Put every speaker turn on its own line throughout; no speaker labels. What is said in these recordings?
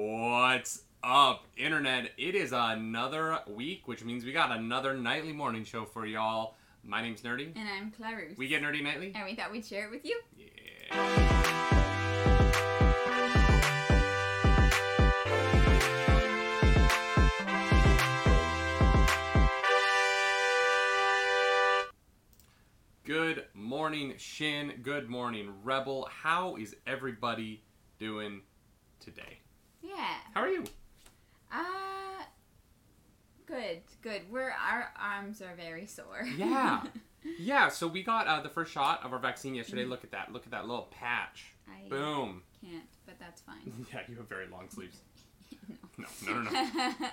What's up, internet? It is another week, which means we got another nightly morning show for y'all. My name's Nerdy.
And I'm Clarus.
We get nerdy nightly.
and we thought we'd share it with you.
Yeah. Good morning, Shin. Good morning, Rebel. How is everybody doing today?
Yeah.
How are you?
Uh good, good. We're our arms are very sore.
Yeah. Yeah, so we got uh, the first shot of our vaccine yesterday. Look at that. Look at that little patch.
I
Boom.
can't, but that's fine.
Yeah, you have very long sleeves.
no.
No, no, no, no.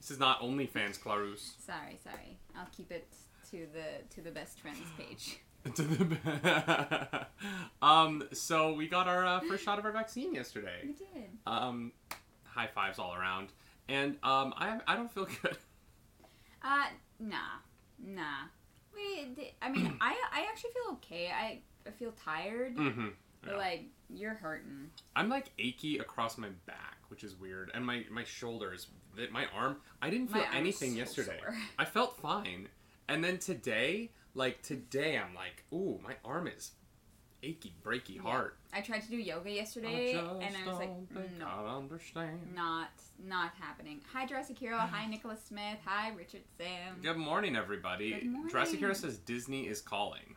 This is not OnlyFans, Clarus.
sorry, sorry. I'll keep it to the to the best friends page.
um, so we got our uh, first shot of our vaccine yesterday.
We did.
Um, high fives all around. And um, I I don't feel good.
Uh nah. Nah. We di- I mean, I I actually feel okay. I I feel tired,
hmm
but
yeah.
like you're hurting.
I'm like achy across my back, which is weird, and my my shoulders, th- my arm. I didn't
My
feel
arm's
anything
so
yesterday.
sore.
I felt fine, and then today, like today, I'm like, ooh, my arm is achy, breaky,
Yeah.
hard.
I tried to do yoga yesterday and I was like, no.
I understand.
not not happening. Hi Jurassic Hero,
Mm-hmm.
hi Nicholas Smith, hi Richard Sam.
Good morning, everybody.
Good morning.
Jurassic Hero says Disney is calling.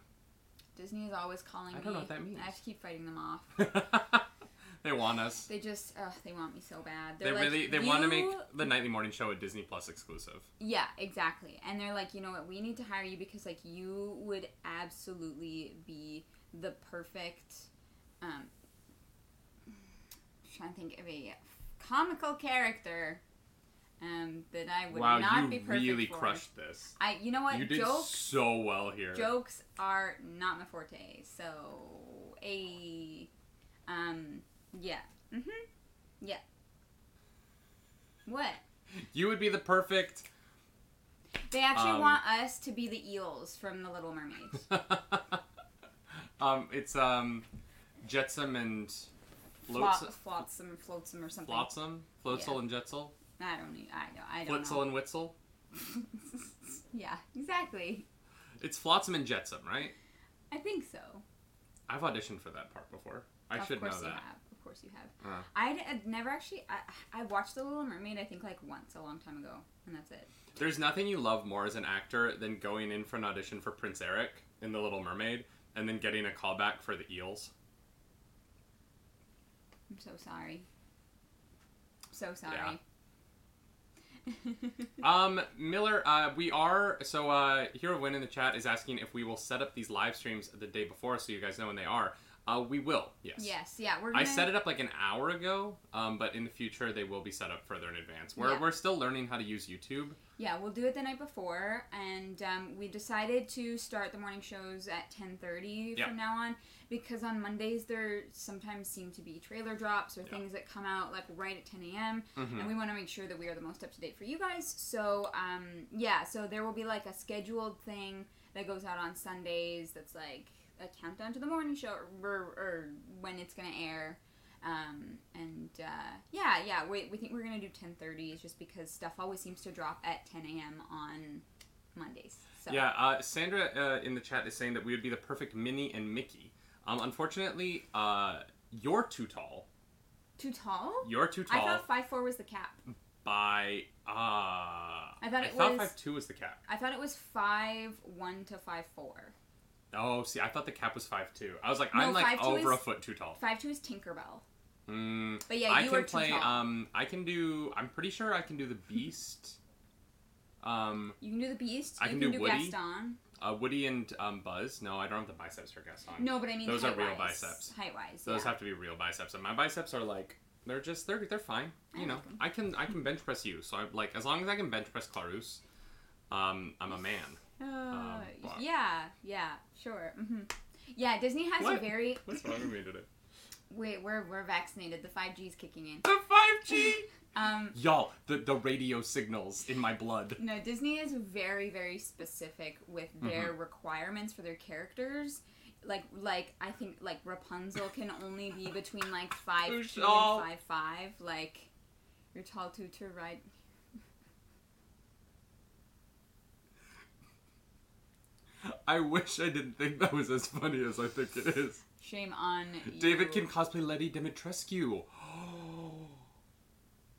Disney is always calling
I
me.
don't know what that means.
I have to keep fighting them off.
they want us.
They just ugh, they want me so bad.
They
They're like,
really they want to
"You-"
make the nightly morning show a Disney Plus exclusive.
Yeah, exactly. And they're like, you know what, we need to hire you because like you would absolutely be the perfect um trying to think of a comical character um that I would
wow,
not
you
be perfect
really
for.
crushed this.
I you know what
You did
jokes
so well here.
jokes are not my forte so a um yeah hmm yeah what
You would be the perfect.
they actually
Um,
want us to be the eels from the little mermaid
um, it's um, Jetsam and
Flot,
Floats-
flotsam flotsam or something
Flotsam, Floatzel
Yeah.
and Jetzel,
i don't need i don't i don't
Flitzel and Witzel.
know yeah exactly
It's Flotsam and Jetsam, right?
i think so
I've auditioned for that part before. I
of
should know
course you
that.
have of course you have
Uh.
I'd, I'd never actually I, I watched the little mermaid i think like once a long time ago and that's it
There's nothing you love more as an actor than going in for an audition for Prince Eric in The Little Mermaid and then getting a callback for the eels.
I'm so sorry. So sorry.
Um, Miller, uh, we are so uh, Hero Win in the chat is asking if we will set up these live streams the day before so you guys know when they are. Uh, we will. Yes.
yes, yeah, we're
I
gonna.
set it up like an hour ago, um, but in the future they will be set up further in advance. We're,
Yeah.
we're still learning how to use YouTube.
Yeah, we'll do it the night before, and um, we decided to start the morning shows at 10:30
Yeah.
from now on because on Mondays there sometimes seem to be trailer drops or
Yeah.
things that come out like right at 10 a.m.
Mhm.
and we want to make sure that we are the most up to date for you guys. So, um, yeah, so there will be like a scheduled thing that goes out on Sundays that's like a countdown to the morning show or, or when it's gonna air. Um, and uh, yeah, yeah, we, we think we're gonna do 10:30 just because stuff always seems to drop at 10 a.m. on Mondays. So
Yeah, uh, Sandra uh, in the chat is saying that we would be the perfect Minnie and Mickey. Um, unfortunately, uh, you're too tall.
too tall.
You're too
I
tall
thought five four was the cap.
by uh, I
thought it was-
five two was the cap.
I thought it was five one to five four.
Oh, see, I thought the cap was five two. I was like,
No,
I'm like
5'2"
over a
is-
foot too tall.
Five two is Tinkerbell.
Mm,
But yeah,
I
you
can
were too
play.
tall.
Um, I can do. I'm pretty sure I can do the Beast. Um,
You can do the Beast.
I
you
can
can,
do
do,
Woody.
Gaston.
uh, Woody and um, Buzz. No, I don't have the biceps for Gaston.
No, but I mean
Those are real
height-wise.
biceps.
Height-wise,
Those
yeah.
have to be real biceps, and my biceps are like they're just they're they're fine.
I
You know,
like 'em.
I can I can bench press you. So I'm like as long as I can bench press Clarus, um, I'm a man.
Uh,
block.
yeah, yeah, sure. hmm Yeah, Disney has
What?
a very.
What's wrong with me today?
Wait, we're, we're vaccinated. The 5G's kicking in.
The five G.
Um,
Y'all, the the radio signals in my blood.
no, Disney is very, very specific with
Mm-hmm.
their requirements for their characters. Like, like I think like Rapunzel can only be between like five two and
Michelle.
five five. Like, Your tall tutor right.
I wish I didn't think that was as funny as I think it is.
Shame on
David
you.
can cosplay Lady Dimitrescu.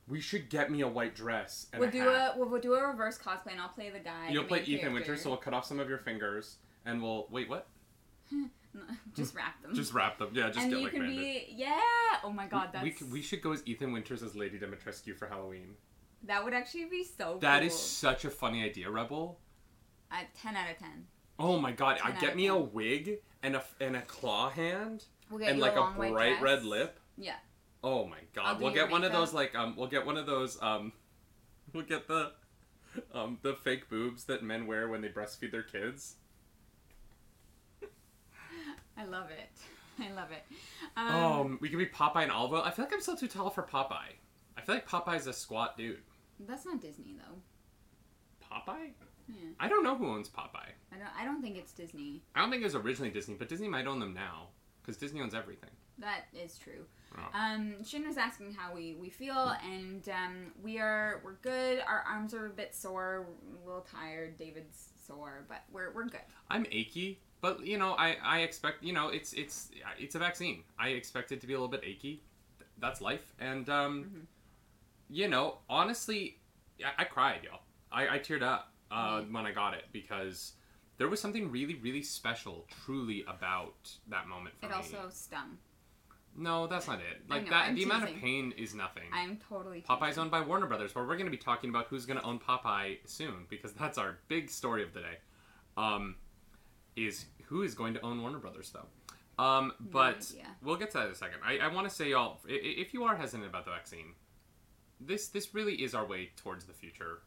we should get me a white dress and
We'll
a
do
hat.
a we'll, we'll do a reverse cosplay, and I'll play the guy.
You'll
the
play
main
Ethan Winters, so
character.
we'll cut off some of your fingers and we'll wait. What?
just wrap them.
Just wrap them. Yeah, just
and
get
you
like
can
random.
be yeah. Oh my god, that's
we, c- we should go as Ethan Winters as Lady Dimitrescu for Halloween.
that would actually be so.
That
Oh, cool.
is such a funny idea, Rebel.
Uh, ten out of ten.
Oh my god! I
Ten out
get
of
me a
ten.
wig and a f- and a claw hand
We'll get
and
you
like a,
a, long white
bright
dress.
red lip.
Yeah.
Oh my
I'll
god!
do
We'll
your
get one of
makeup.
those like um we'll get one of those um we'll get the um the fake boobs that men wear when they breastfeed their kids.
I love it. I love it. Um,
Um, we could be Popeye and Olive. Oil. I feel like I'm still too tall for Popeye. I feel like Popeye's a squat dude.
that's not Disney though.
Popeye?
Yeah.
I don't know who owns Popeye.
I don't. I don't think it's Disney.
I don't think it was originally Disney, but Disney might own them now because Disney owns everything.
That is true.
Oh.
Um, Shin was asking how we, we feel, and um, we are we're good. Our arms are a bit sore, a little tired. David's sore, but we're we're good.
I'm achy, but you know, I I expect you know it's it's it's a vaccine. I expect it to be a little bit achy. Th- That's life, and um,
Mhm.
you know, honestly, I, I cried, y'all. I I teared up uh,
Mhm.
when I got it because there was something really really special, truly about that moment for
It
me.
also stung.
no, that's not it.
I
Like
know,
that,
I'm
the amount of
teasing.
pain is nothing.
I'm totally
Popeye's
teasing.
owned by Warner Brothers, where we're going to be talking about who's going to own Popeye soon, because that's our big story of the day. Um, is who is going to own Warner Brothers, though? Um, but
idea.
we'll get to that in a second. I, I want to say, y'all, i- i- if you are hesitant about the vaccine, this this really is our way towards the future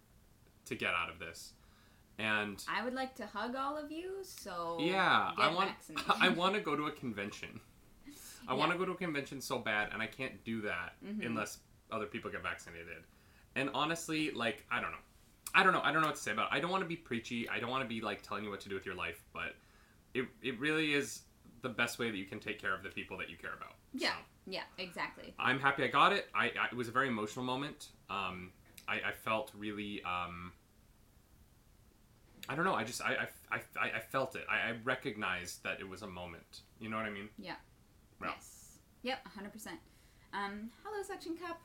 to get out of this. And
I would like to hug all of you. So
yeah,
get
I want
vaccinated.
I want to go to a convention. I
Yeah.
want to go to a convention so bad, and I can't do that
Mhm.
unless other people get vaccinated. And honestly, like I don't know, I don't know, I don't know what to say about. It. I don't want to be preachy. I don't want to be like telling you what to do with your life, but it it really is the best way that you can take care of the people that you care about.
Yeah,
So,
yeah, exactly.
I'm happy I got it. I, I it was a very emotional moment. Um, I, I felt really um. I don't know. I just I I, I, I felt it. I, I recognized that it was a moment. You know what I mean? Well.
Yes. Yep. Hundred percent. Um. Hello, section cup.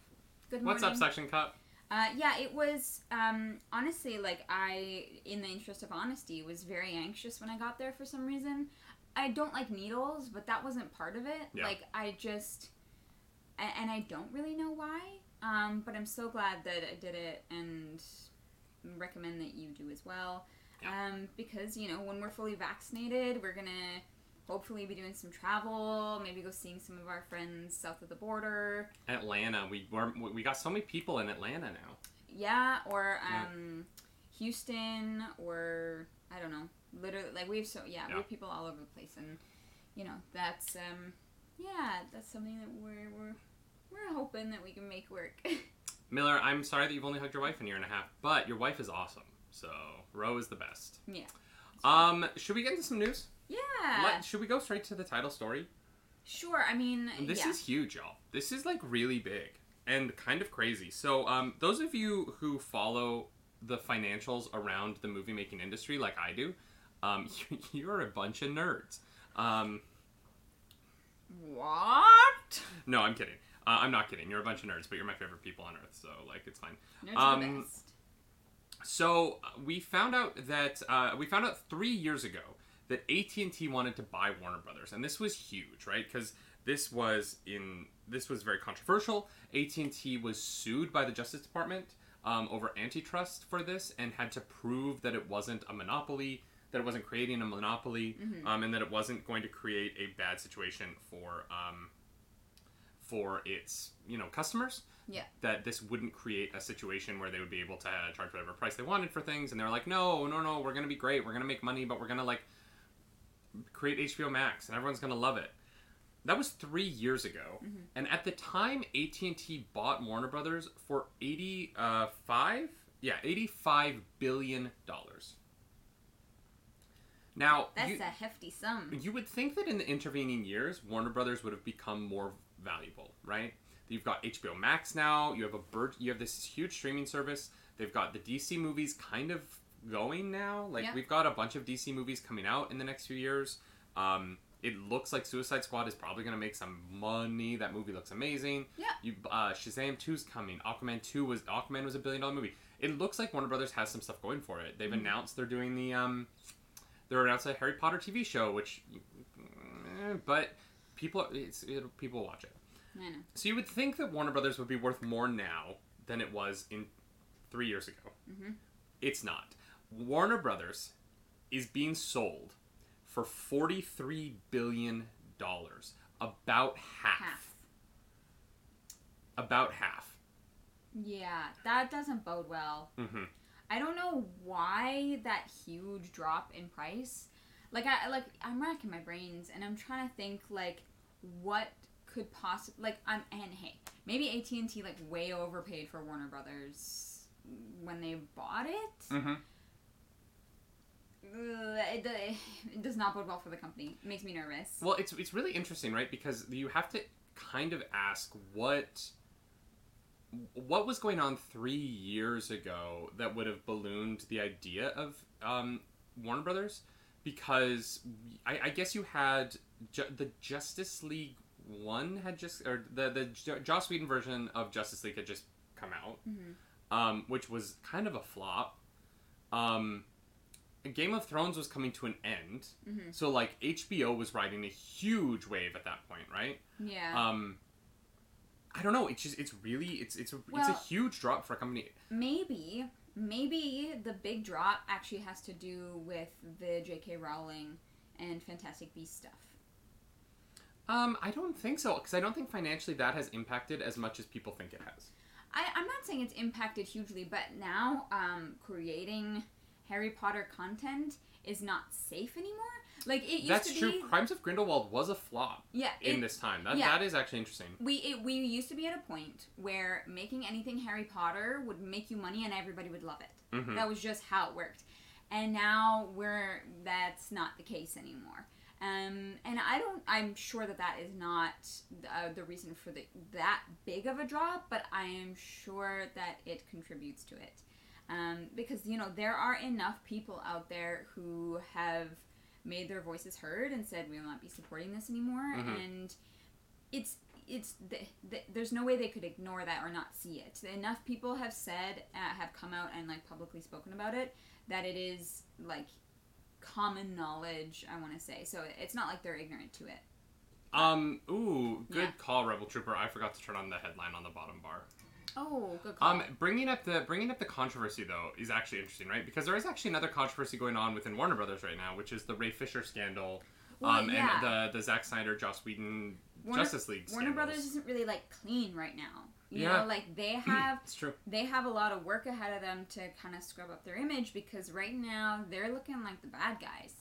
Good
What's
morning.
up, Section Cup?
Uh, yeah, it was um, honestly like I, in the interest of honesty, was very anxious when I got there for some reason. I don't like needles, but that wasn't part of it.
Yeah.
Like I just, a- and I don't really know why. Um, but I'm so glad that I did it, and recommend that you do as well. Um, because you know when we're fully vaccinated, we're gonna hopefully be doing some travel, maybe go seeing some of our friends south of the border.
Atlanta. We were we got so many people in Atlanta now.
Yeah, or
Yeah.
um, Houston, or I don't know. Literally, like we have so yeah, we
Yeah.
have people all over the place, and you know that's um, yeah, that's something that we're we're we're hoping that we can make work.
Miller, I'm sorry that you've only hugged your wife in a year and a half, but your wife is awesome. So Roe is the best.
Yeah.
Um, should we get into some news?
yeah,
Let- should we go straight to the title story?
sure. I mean,
This
yeah,
is huge, y'all. This is like really big and kind of crazy. So, um, those of you who follow the financials around the movie making industry, like I do, um, you're a bunch of nerds. Um,
what?
no, I'm kidding. Uh, I'm not kidding. You're a bunch of nerds, but you're my favorite people on earth, so like it's fine.
Nerds are the
Um,
best.
So uh, we found out that uh, we found out three years ago that AT and T wanted to buy Warner Brothers, and this was huge, right? Because this was in this was very controversial. AT and T was sued by the Justice Department um, over antitrust for this, and had to prove that it wasn't a monopoly, that it wasn't creating a monopoly, um, and that it wasn't going to create a bad situation for um, for its you know customers
Yeah.
that this wouldn't create a situation where they would be able to uh, charge whatever price they wanted for things and they're like no no no we're gonna be great we're gonna make money but we're gonna like create hbo max and everyone's gonna love it that was three years ago
Mm-hmm.
and at the time at&t bought warner brothers for 85 yeah 85 billion dollars now
That's
you-
a hefty sum.
Um, you would think that in the intervening years, Warner Brothers would have become more valuable, right? You've got HBO Max now. You have a bird. You have this huge streaming service. They've got the DC movies kind of going now. Like
Yeah.
we've got a bunch of DC movies coming out in the next few years. Um, it looks like Suicide Squad is probably going to make some money. That movie looks amazing.
Yeah.
You uh, Shazam 2's coming. Aquaman 2 was Aquaman was a billion dollar movie. It looks like Warner Brothers has some stuff going for it. They've
Mhm.
announced they're doing the um they're announced a Harry Potter TV show which eh, but people it's it, people watch it.
I know.
So you would think that Warner Brothers would be worth more now than it was in 3 years ago.
Mhm.
It's not. Warner Brothers is being sold for 43 billion dollars, about
Half.
about half.
Yeah, that doesn't bode well.
hmm
I don't know why that huge drop in price. Like I like I'm racking my brains and I'm trying to think like what could possibly like I'm and hey maybe AT and T like way overpaid for Warner Brothers when they bought it.
hmm
Ugh, it, do- it does not bode well for the company. It makes me nervous.
Well, it's it's really interesting, right? Because you have to kind of ask what what was going on three years ago that would have ballooned the idea of um, Warner Brothers, because I, I guess you had ju- the Justice League one had just or the the J- Joss Whedon version of Justice League had just come out,
Mhm.
um, which was kind of a flop. Um, Game of Thrones was coming to an end.
Mhm.
So like HBO was riding a huge wave at that point, right?
Yeah,
Um I don't know, it's just it's really it's it's a, it's
Well-
a huge drop for a company.
maybe maybe the big drop actually has to do with the J.K. Rowling and Fantastic Beast stuff.
Um I don't think so cuz I don't think financially that has impacted as much as people think it has.
I, I'm not saying it's impacted hugely, but now um, creating Harry Potter content is not safe anymore. Like it used
That's
to
true.
be.
Crimes of Grindelwald was a flop
Yeah,
in
it-
this time. That
yeah.
that is actually interesting.
we it, we used to be at a point where making anything Harry Potter would make you money and everybody would love it.
Mhm.
That was just how it worked. And now we're that's not the case anymore. Um, and I don't. I'm sure that that is not uh, the reason for the that big of a drop, but I am sure that it contributes to it, um, because you know there are enough people out there who have made their voices heard and said we will not be supporting this anymore,
Mhm.
and it's it's th th there's no way they could ignore that or not see it. Enough people have said uh, have come out and like publicly spoken about it that it is like common knowledge. I want to say so it's not like they're ignorant to it.
Um ooh, good
Yeah.
call Rebel Trooper. I forgot to turn on the headline on the bottom bar.
Oh, good
Um, bringing up the bringing up the controversy though is actually interesting, right? Because there is actually another controversy going on within Warner Brothers right now, which is the Ray Fisher scandal,
Well,
um,
yeah.
and the the Zack Snyder, Joss Whedon,
Warner-
Justice League.
Warner
scandals.
Brothers isn't really like clean right now. You
Yeah.
know, like they have
It's true.
they have a lot of work ahead of them to kind of scrub up their image because right now they're looking like the bad guys.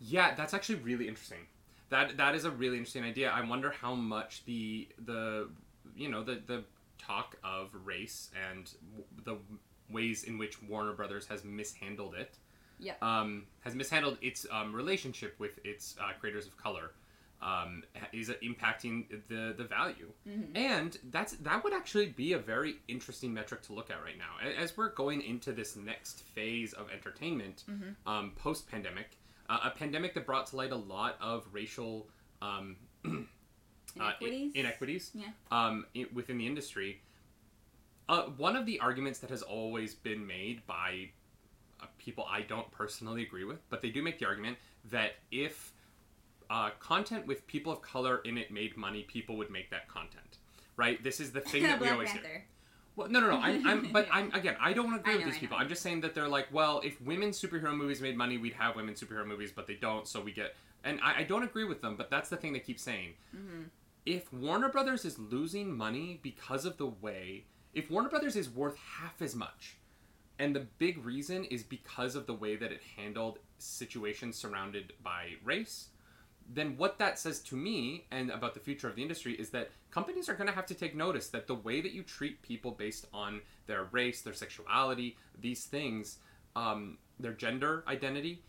Yeah, that's actually really interesting. That that is a really interesting idea. I wonder how much the the you know the the talk of race and w- the ways in which Warner Brothers has mishandled it.
Yep.
Um, has mishandled its um, relationship with its uh, creators of color. Um, ha- is impacting the the value,
Mhm.
and that's that would actually be a very interesting metric to look at right now. A- As we're going into this next phase of entertainment,
Mhm.
um, post pandemic, uh, a pandemic that brought to light a lot of racial um, uh, i-
Inequities.
inequities
Yeah.
um, i- within the industry. Uh, one of the arguments that has always been made by uh, people I don't personally agree with, but they do make the argument that if uh, content with people of color in it made money, people would make that content. Right? This is the thing that we
Black
always hear.
Panther.
Well, no, no, no. I'm, I'm but
Yeah.
I'm again. I don't agree
I
with
know,
these
I
people.
know.
I'm just saying that they're like, well, if women superhero movies made money, we'd have women superhero movies, but they don't, so we get. And I, I don't agree with them, but that's the thing they keep saying.
Mhm.
If Warner Brothers is losing money because of the way, if Warner Brothers is worth half as much, and the big reason is because of the way that it handled situations surrounded by race, then what that says to me and about the future of the industry is that companies are going to have to take notice that the way that you treat people based on their race, their sexuality, these things, um, their gender identity,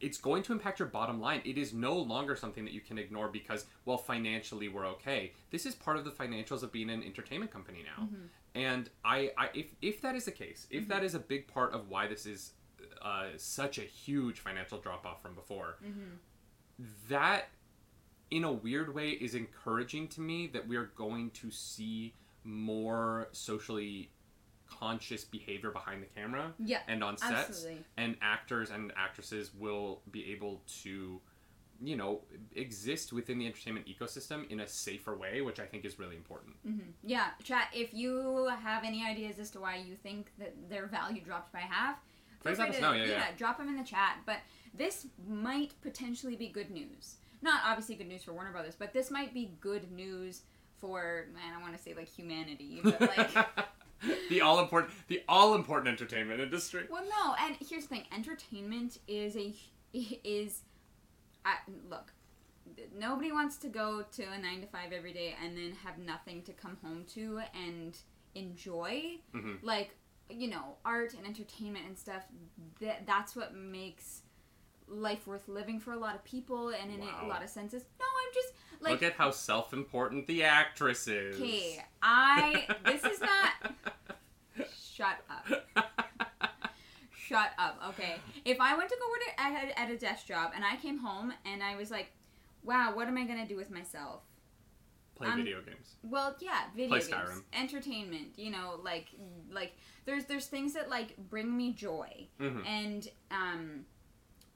it's going to impact your bottom line. It is no longer something that you can ignore because, well, financially we're okay. This is part of the financials of being an entertainment company
Mm-hmm.
now. And I, I if, if that is the case, if that is a big part of why this is uh, such a huge financial drop off from before,
Mm-hmm.
that in a weird way is encouraging to me that we are going to see more socially conscious behavior behind the camera
Yeah,
and on sets
absolutely.
and actors and actresses will be able to you know exist within the entertainment ecosystem in a safer way which i think is really important
Mm-hmm. Yeah, chat. If you have any ideas as to why you think that their value dropped by half,
Please
feel
let
free
us
to-
know, yeah, yeah.
drop them in the chat. But this might potentially be good news. Not obviously good news for Warner Brothers, but this might be good news for man. I want to say like humanity, but like.
the all important the all important entertainment industry
Well, no, and here's the thing: entertainment is a is, I, look, nobody wants to go to a nine to five every day and then have nothing to come home to and enjoy.
Mhm.
Like you know, art and entertainment and stuff. That that's what makes life worth living for a lot of people and in a
Wow.
lot of senses. No, I'm just like
look at how self-important the actress is
Okay, I. This is not. Shut up. Shut up. Okay. If I went to go work at, at, at a desk job and I came home and I was like, wow, what am I going to do with myself?
play
I'm-
video games
Well, yeah, video
Play
games,
Skyrim.
entertainment, you know, like like there's there's things that like bring me joy.
Mhm.
And um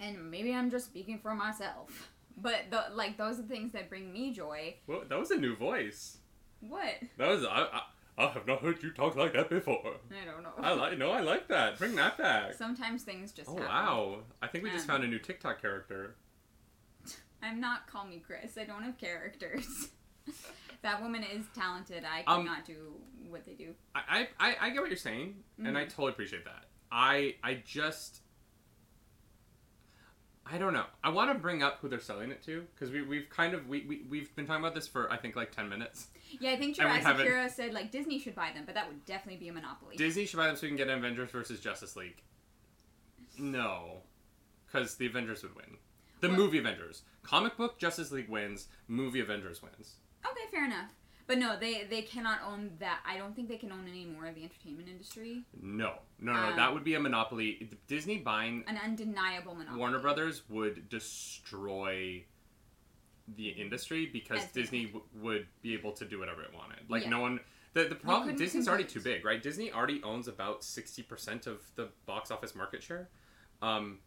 and maybe I'm just speaking for myself, but the, like those are things that bring me joy.
well that was a new voice
What?
that was I, I, I have not heard you talk like that before
I don't know.
i like no i like that bring that back
Sometimes things just
Oh
happen.
wow! I think we just
Um,
found a new TikTok character.
I'm not call me Chris. I don't have characters. that woman is talented. I
Um,
cannot do what they do.
I I, I- I get what you're saying, and I totally appreciate that. I I just I don't know. I want to bring up who they're selling it to because we we've kind of we, we we've been talking about this for I think like ten minutes.
Yeah, I think
and we
Jurassic
haven't-
Hero said like Disney should buy them, but that would definitely be a monopoly.
Disney should buy them so we can get Avengers versus Justice League. No, because the Avengers would win. The
Well-
movie Avengers, comic book Justice League wins. Movie Avengers wins.
okay, fair enough. But no, they they cannot own that. I don't think they can own any more of the entertainment industry.
No, no, no,
Um,
that would be a monopoly. Disney buying
An undeniable monopoly.
Warner Brothers would destroy the
Mm-hmm.
industry because
As they
Disney w- would be able to do whatever it wanted. Like
Yeah.
no one. The, the problem
couldn't
Disney's already too
compete.
big, right? Disney already owns about sixty percent of the box office market share, um,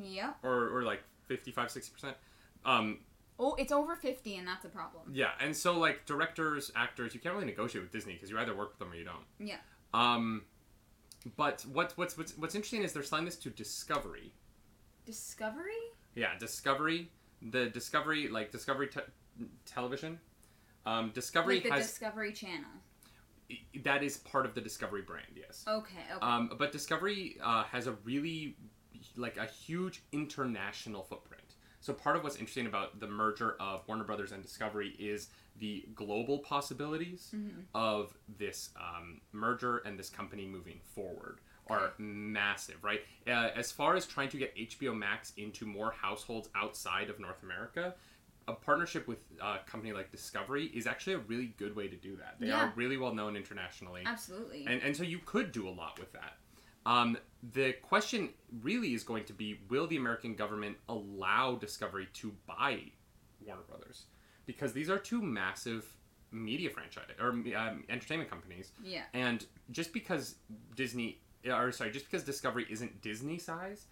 Yep.
or or like 55 60 percent. Um,
Oh, it's over fifty, and that's a problem.
yeah, and so like directors, actors, you can't really negotiate with Disney because you either work with them or you don't.
Yeah.
Um, but what what's what's what's interesting is they're selling this to Discovery.
Discovery.
Yeah, Discovery, the Discovery, like Discovery te- Television. Um, Discovery
Like the
has
Discovery Channel.
that is part of the Discovery brand, yes.
Okay. Okay.
Um, but Discovery uh, has a really like a huge international footprint. So part of what's interesting about the merger of Warner Brothers and Discovery is the global possibilities
Mm-hmm.
of this um, merger and this company moving forward are
Okay.
massive, right? Uh, as far as trying to get HBO Max into more households outside of North America, a partnership with uh, a company like Discovery is actually a really good way to do that. They
Yeah.
are really well known internationally.
Absolutely.
And, and so you could do a lot with that. Um, the question really is going to be will the American government allow Discovery to buy Warner Brothers? Because these are two massive media franchise or um, entertainment companies.
yeah.
And just because Disney, or sorry, just because Discovery isn't Disney size,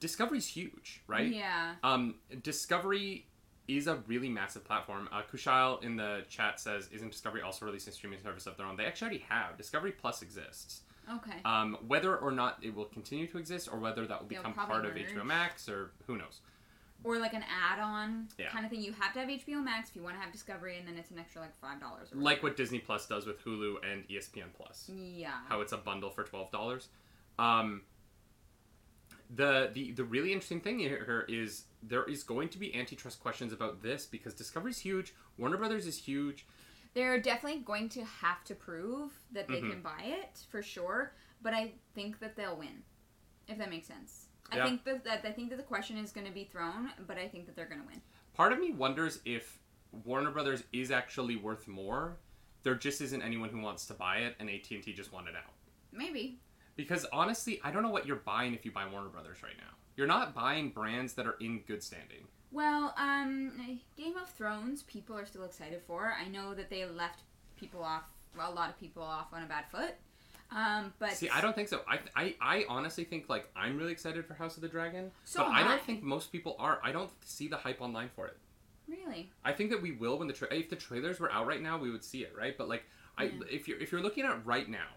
Discovery's huge, right?
Yeah.
Um, Discovery is a really massive platform. Uh, Kushal in the chat says, "Isn't Discovery also releasing a streaming service of their own?" They actually already have. Discovery Plus exists.
Okay.
Um, whether or not it will continue to exist, or whether that will
They'll
become
probably
part of
merge.
HBO Max, or who knows.
or like an add-on
Yeah.
kind of thing. You have to have HBO Max if you want to have Discovery, and then it's an extra like five dollars.
Like what Disney Plus does with Hulu and E ESPN Plus,
Yeah.
how it's a bundle for twelve dollars. Um, the the the really interesting thing here is there is going to be antitrust questions about this because Discovery's huge, Warner Brothers is huge.
They're definitely going to have to prove that they
Mhm.
can buy it for sure, but I think that they'll win, if that makes sense.
Yeah.
I think that, that I think that the question is going to be thrown, but I think that they're going to win.
Part of me wonders if Warner Brothers is actually worth more. There just isn't anyone who wants to buy it, and AT and T just wanted out.
Maybe.
Because honestly, I don't know what you're buying if you buy Warner Brothers right now. You're not buying brands that are in good standing.
Well, um, Game of Thrones, people are still excited for. I know that they left people off, well, a lot of people off on a bad foot. Um, but
See, I don't think so. I, I, I honestly think like I'm really excited for House of the Dragon,
So
but
am
I don't
I.
think most people are. I don't see the hype online for it.
really.
I think that we will when the tra- if the trailers were out right now, we would see it, right? But like, I
Yeah.
if you're if you're looking at right now,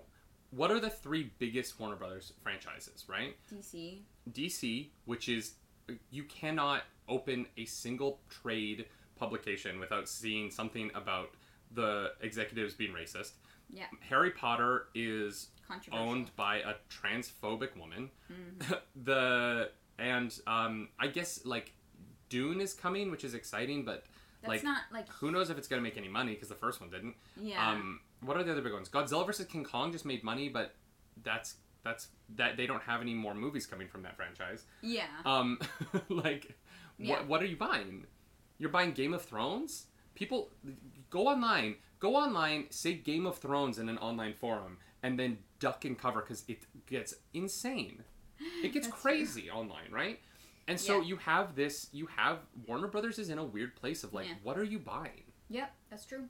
what are the three biggest Warner Brothers franchises, right?
DC.
DC, which is you cannot open a single trade publication without seeing something about the executives being racist.
Yeah.
Harry Potter is
Controversial. Mm-hmm.
owned by a transphobic woman. the and um, I guess like Dune is coming, which is exciting, but
That's
like
not like
who knows if it's gonna make any money because the first one didn't.
yeah.
Um, what are the other big ones? Godzilla versus King Kong just made money, but that's that's that they don't have any more movies coming from that franchise.
yeah.
Um, like,
Yeah.
what what are you buying? You're buying Game of Thrones. People, go online, go online, say Game of Thrones in an online forum, and then duck and cover because it gets insane. It gets
That's true.
crazy online, right? And so
Yeah.
you have this. You have Warner Brothers is in a weird place of like,
Yeah.
what are you buying?
yep, that's true.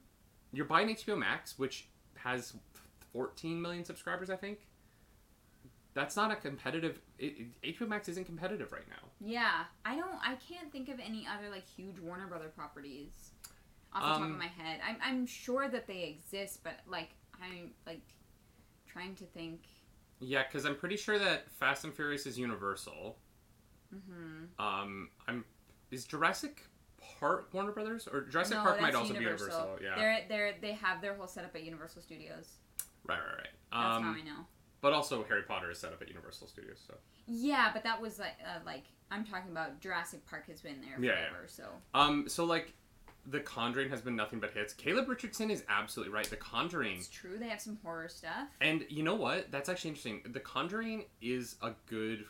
You're buying HBO Max, which has 14 million subscribers, I think. That's not a competitive. It, it, HBO Max isn't competitive right now.
Yeah, I don't. I can't think of any other like huge Warner Brother properties off the top
Um,
of my head. I'm I'm sure that they exist, but like I'm like trying to think.
Yeah, because I'm pretty sure that Fast and Furious is Universal.
hmm
Um, I'm is Jurassic Park Warner Brothers or Jurassic Park might also be Universal. Yeah,
they're they're they have their whole setup at Universal Studios.
right, right,
That's
right. Um,
how I know.
but also Harry Potter is set up at Universal Studios. So
Yeah, but that was like uh, like I'm talking about Jurassic Park has been there
Yeah, yeah.
forever. So
um, so like, The Conjuring has been nothing but hits. Caleb Richardson is absolutely right. The Conjuring
it's true they have some horror stuff.
Mm. And you know what? That's actually interesting. The Conjuring is a good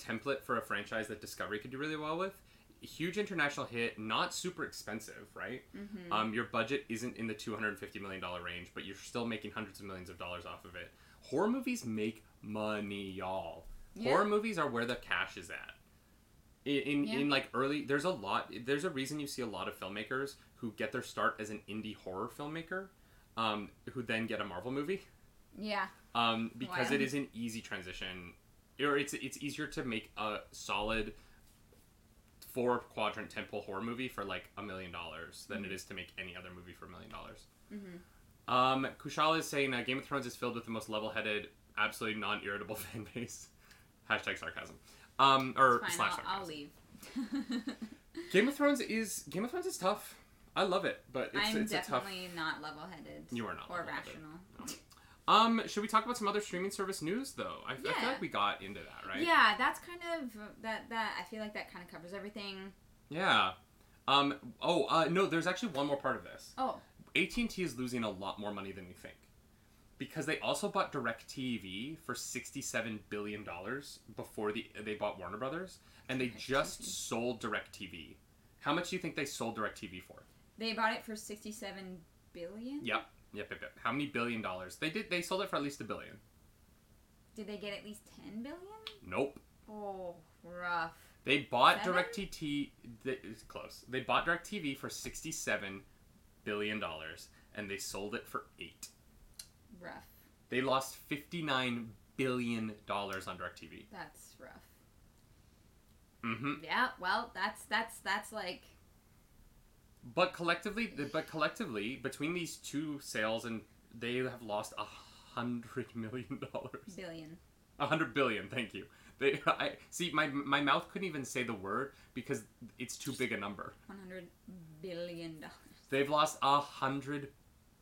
template for a franchise that Discovery could do really well with. Huge international hit, not super expensive, right?
Mhm.
Um, your budget isn't in the two hundred and fifty million dollar range, but you're still making hundreds of millions of dollars off of it. Horror movies make money, y'all.
Yeah.
Horror movies are where the cash is at. In in,
Yeah.
in like early, there's a lot. There's a reason you see a lot of filmmakers who get their start as an indie horror filmmaker, um, who then get a Marvel movie
Yeah,
um, because
Wow.
it is an easy transition, or it's it's easier to make a solid four quadrant temple horror movie for like a million dollars than
Mm-hmm.
it is to make any other movie for a million dollars.
Mhm.
Um, Kushala is saying uh, Game of Thrones is filled with the most level headed, absolutely non irritable fan base. Hashtag sarcasm. Um, or
it's fine.
slash
I'll, I'll
sarcasm.
leave.
Game of Thrones is Game of Thrones is tough. I love it, but it's,
I'm
it's a tough.
definitely not level-headed.
You are not
or
level-headed.
rational.
Um, should we talk about some other streaming service news though? I, I feel
Yeah.
like we got into that, right?
Yeah, that's kind of that. That I feel like that kind of covers everything.
Yeah. Um, oh uh, no, there's actually one more part of this.
Oh,
AT and T is losing a lot more money than we think, because they also bought DirecTV for sixty-seven billion dollars before the they bought Warner Brothers, and they just
DirecTV.
sold DirecTV. How much do you think they sold DirecTV for?
they bought it for sixty-seven billion.
Yep, yep, yep. yep. How many billion dollars? They did. They sold it for at least a billion.
Did they get at least ten billion?
Nope.
Oh, rough.
They bought
Seven?
DirecTV. th- It's close. They bought DirecTV for sixty-seven billion dollars, and they sold it for eight.
Rough.
They lost $59 billion on DirecTV.
That's rough.
Mm-hmm.
Yeah. Well, that's that's that's like
But collectively, but collectively, between these two sales, and they have lost a hundred million dollars.
billion.
A hundred billion. Thank you. They, I see. My my mouth couldn't even say the word because it's too big a number.
One hundred billion dollars.
They've lost a hundred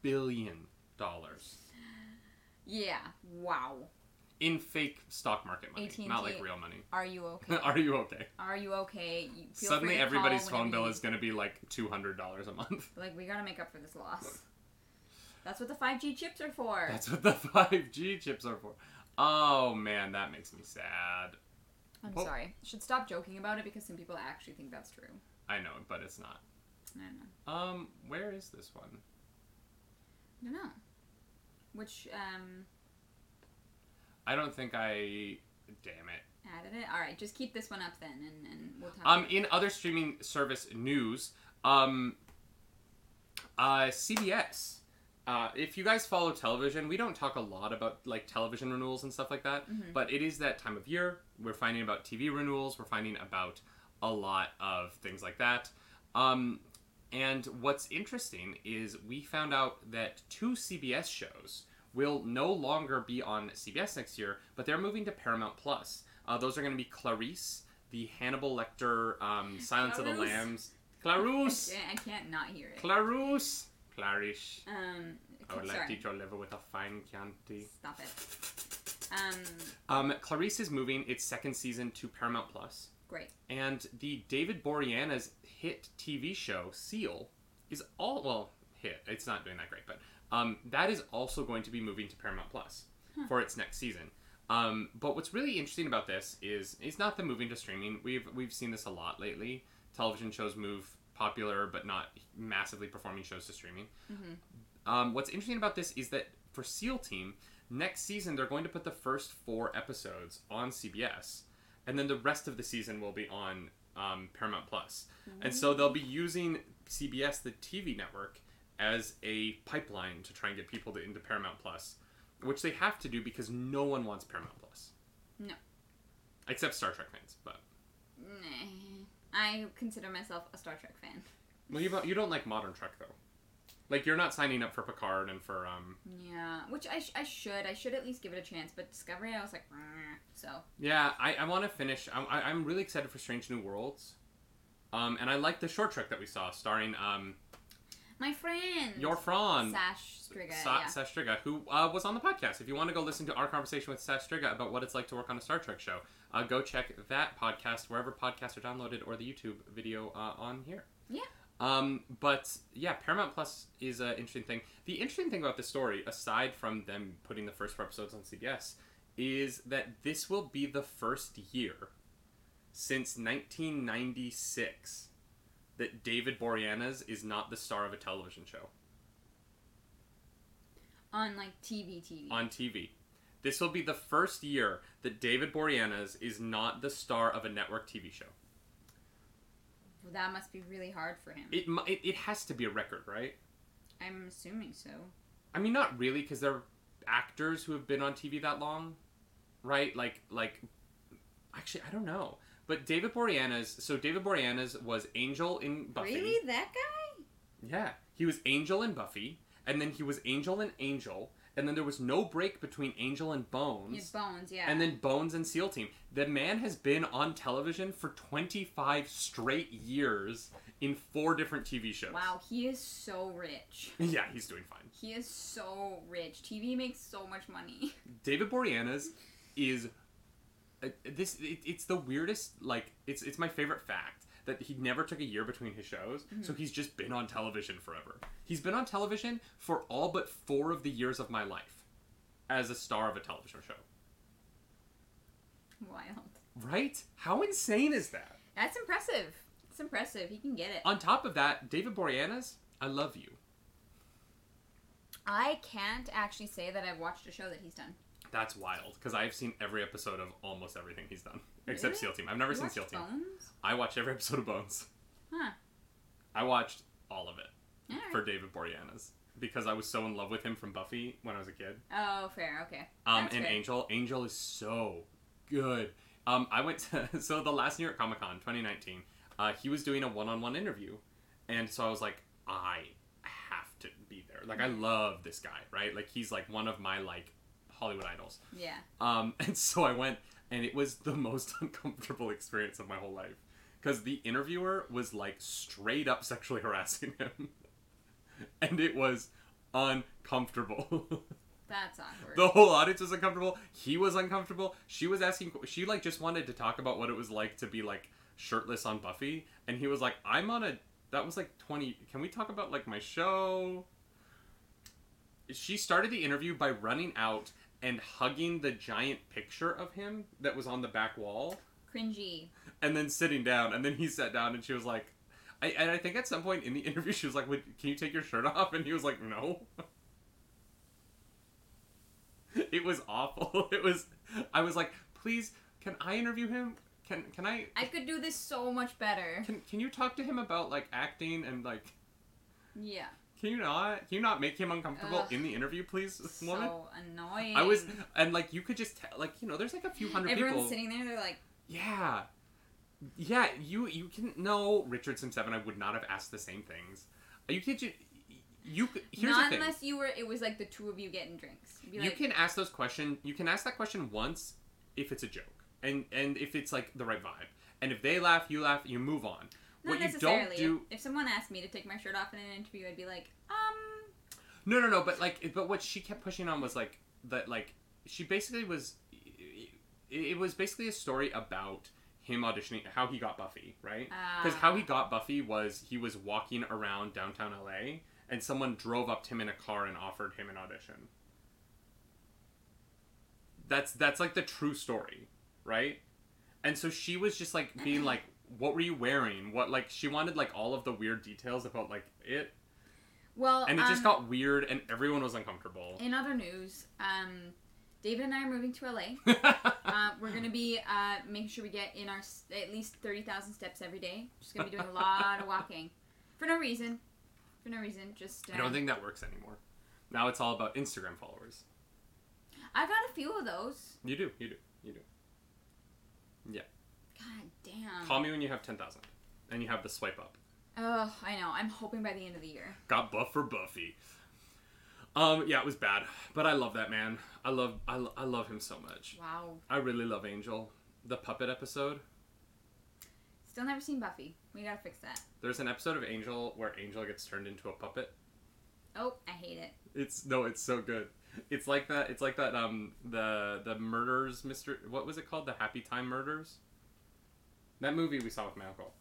billion dollars
Yeah. Wow.
in fake stock market money,
AT&T.
not like real money.
Are you okay?
Are you okay?
Are you okay? You- feel free
Suddenly,
to call
everybody's phone
whenever
bill
you-
is going to be like two hundred dollars a month.
Like we gotta make up for this loss. That's what the five G chips are for.
That's what the 5G chips are for. Oh man, that makes me sad.
I'm
Well-
sorry. Should stop joking about it because some people actually think that's true.
I know, but it's not.
I don't know.
Um, where is this one?
I don't know. Which um
I don't think I. Damn it.
added it. All right, just keep this one up then, and, and we'll talk.
Um,
about it.
in other streaming service news, um, uh, CBS. Uh, if you guys follow television, we don't talk a lot about like television renewals and stuff like that,
Mhm.
but it is that time of year. We're finding about TV renewals. We're finding about a lot of things like that. Um, and what's interesting is we found out that two CBS shows will no longer be on CBS next year, but they're moving to Paramount Plus. Uh, those are going to be Clarice, the Hannibal Lecter um, Silence of the
Clarice.
Lambs.
I
Clarice!
can't, I can't not hear it.
Clarice! Clarice.
Um,
I would like to
sorry.
eat your liver with a fine Chianti.
Stop it. Um,
Um, Clarice is moving its second season to Paramount Plus,
great.
and the David Boreanaz's hit TV show Seal is all well hit. It's not doing that great, but um, that is also going to be moving to Paramount Plus for its next season. Um, but what's really interesting about this is it's not the moving to streaming. We've we've seen this a lot lately. Television shows move popular but not massively performing shows to streaming.
Mhm.
Um, what's interesting about this is that for SEAL Team, next season they're going to put the first four episodes on CBS, and then the rest of the season will be on um, Paramount Plus. And so they'll be using CBS, the TV network, as a pipeline to try and get people to, into Paramount Plus, which they have to do because no one wants Paramount Plus.
No.
Except Star Trek fans, but
Nah. I consider myself a Star Trek fan.
well, you don't, you don't like modern Trek though. Like you're not signing up for Picard and for um
Yeah, which I, sh- I should. I should at least give it a chance. But Discovery, I was like, "Meh." so
Yeah, I, I want to finish. I'm, I, I'm really excited for Strange New Worlds. Um, and I like the short trek that we saw starring um,
my friend.
Your Fran,
Sash Striga.
Sa-
yeah.
Sash Striga, who uh, was on the podcast. If you want to go listen to our conversation with Sash Striga about what it's like to work on a Star Trek show, uh, go check that podcast wherever podcasts are downloaded or the YouTube video uh, on here.
Yeah.
Um, but yeah, Paramount Plus is an interesting thing. The interesting thing about this story, aside from them putting the first four episodes on CBS, is that this will be the first year since 1996 that David Boreanaz is not the star of a television show.
on like TV TV.
on TV. This will be the first year that David Boreanaz is not the star of a network TV show.
Well, that must be really hard for him.
It, mu- it, it has to be a record, right?
I'm assuming so.
I mean, not really, because they're actors who have been on TV that long, right? Like, like, actually, I don't know. But David Boreanaz, so David Boreanaz was Angel in Buffy.
Really, that guy?
Yeah, he was Angel in Buffy, and then he was Angel in Angel, and then there was no break between Angel and Bones.
Yeah, Bones. Yeah.
and then Bones and SEAL Team. The man has been on television for 25 straight years in four different TV shows.
Wow, he is so rich.
Yeah, he's doing fine.
He is so rich. TV makes so much money.
David Boreanaz is uh, this. It, it's the weirdest. Like it's it's my favorite fact that he never took a year between his shows,
Hmm.
so he's just been on television forever. He's been on television for all but four of the years of my life as a star of a television show.
Wild.
Right? How insane is that?
That's impressive. It's impressive. He can get it.
On top of that, David Boreanaz, I love you.
I can't actually say that I've watched a show that he's done.
That's wild because I've seen every episode of almost everything he's done except
Really?
SEAL Team. I've never
You
seen
watched
SEAL Team.
Bones?
I watched every episode of Bones.
Huh.
I watched all of it
Alright.
for David Boreanaz because I was so in love with him from Buffy when I was a kid.
Oh, fair. Okay.
Um,
That's
and
fair.
Angel, Angel is so good. Um, I went to so the last New York Comic Con 2019. Uh, he was doing a one-on-one interview, and so I was like, I have to be there. Like, I
Mm.
love this guy, right? Like, he's like one of my like Hollywood idols.
Yeah.
Um, and so I went, and it was the most uncomfortable experience of my whole life because the interviewer was like straight up sexually harassing him, and it was uncomfortable.
That's awkward.
the whole audience was uncomfortable. He was uncomfortable. She was asking. She like just wanted to talk about what it was like to be like shirtless on Buffy, and he was like, "I'm on a." That was like twenty. Can we talk about like my show? She started the interview by running out and hugging the giant picture of him that was on the back wall
Cringy.
and then sitting down, and then he sat down, and she was like, I, and I think at some point in the interview, she was like, Would, "Can you take your shirt off?" And he was like, "No." It was awful. It was. I was like, "Please, can I interview him? Can can I?
I could do this so much better.
Can can you talk to him about like acting and like?
Yeah.
Can you not? Can you not make him uncomfortable
Ugh.
in the interview, please, woman?"
So annoying.
I was, and like you could just tell, like you know, there's like a few hundred
Everyone's
people.
sitting there. They're like,
Yeah. Yeah, you you can no Richard Sim Seven. I would not have asked the same things. You can't ju- you c- here's
not
the thing.
unless you were. It was like the two of you getting drinks. You'd be
You
like,
can ask those question. You can ask that question once if it's a joke and and if it's like the right vibe. And if they laugh, you laugh, you move on.
not
what you
necessarily.
don't do
If, if someone asked me to take my shirt off in an interview, I'd be like, um,
No, no, no. But like, but what she kept pushing on was like that. Like, she basically was. It, it was basically a story about him auditioning, how he got Buffy, right?
Uh,
Because how he got Buffy was he was walking around downtown LA, and someone drove up to him in a car and offered him an audition. That's that's like the true story, right? And so she was just like being like, "What were you wearing? What like?" She wanted like all of the weird details about like it,
well,
and it just
um,
got weird and everyone was uncomfortable
In other news, um, David and I are moving to LA. Uh, we're gonna be uh, making sure we get in our s- at least thirty thousand steps every day. Just gonna be doing a lot of walking, for no reason, for no reason. Just uh,
i don't think that works anymore now it's all about instagram followers
I got a few of those.
you do you do you do
God damn.
call me when you have 10000 and you have the swipe up
Ugh, I know. I'm hoping by the end of the year.
got buff for buffy um yeah it was bad but i love that man i love i, lo- I love him so much
Wow.
i really love angel the puppet episode
Still never seen Buffy. We gotta fix that.
there's an episode of angel where angel gets turned into a puppet
Oh, I hate it.
It's no, it's so good. It's like that. It's like that. Um, the the murders, Mister. What was it called? The Happy Time Murders. That movie we saw with my uncle.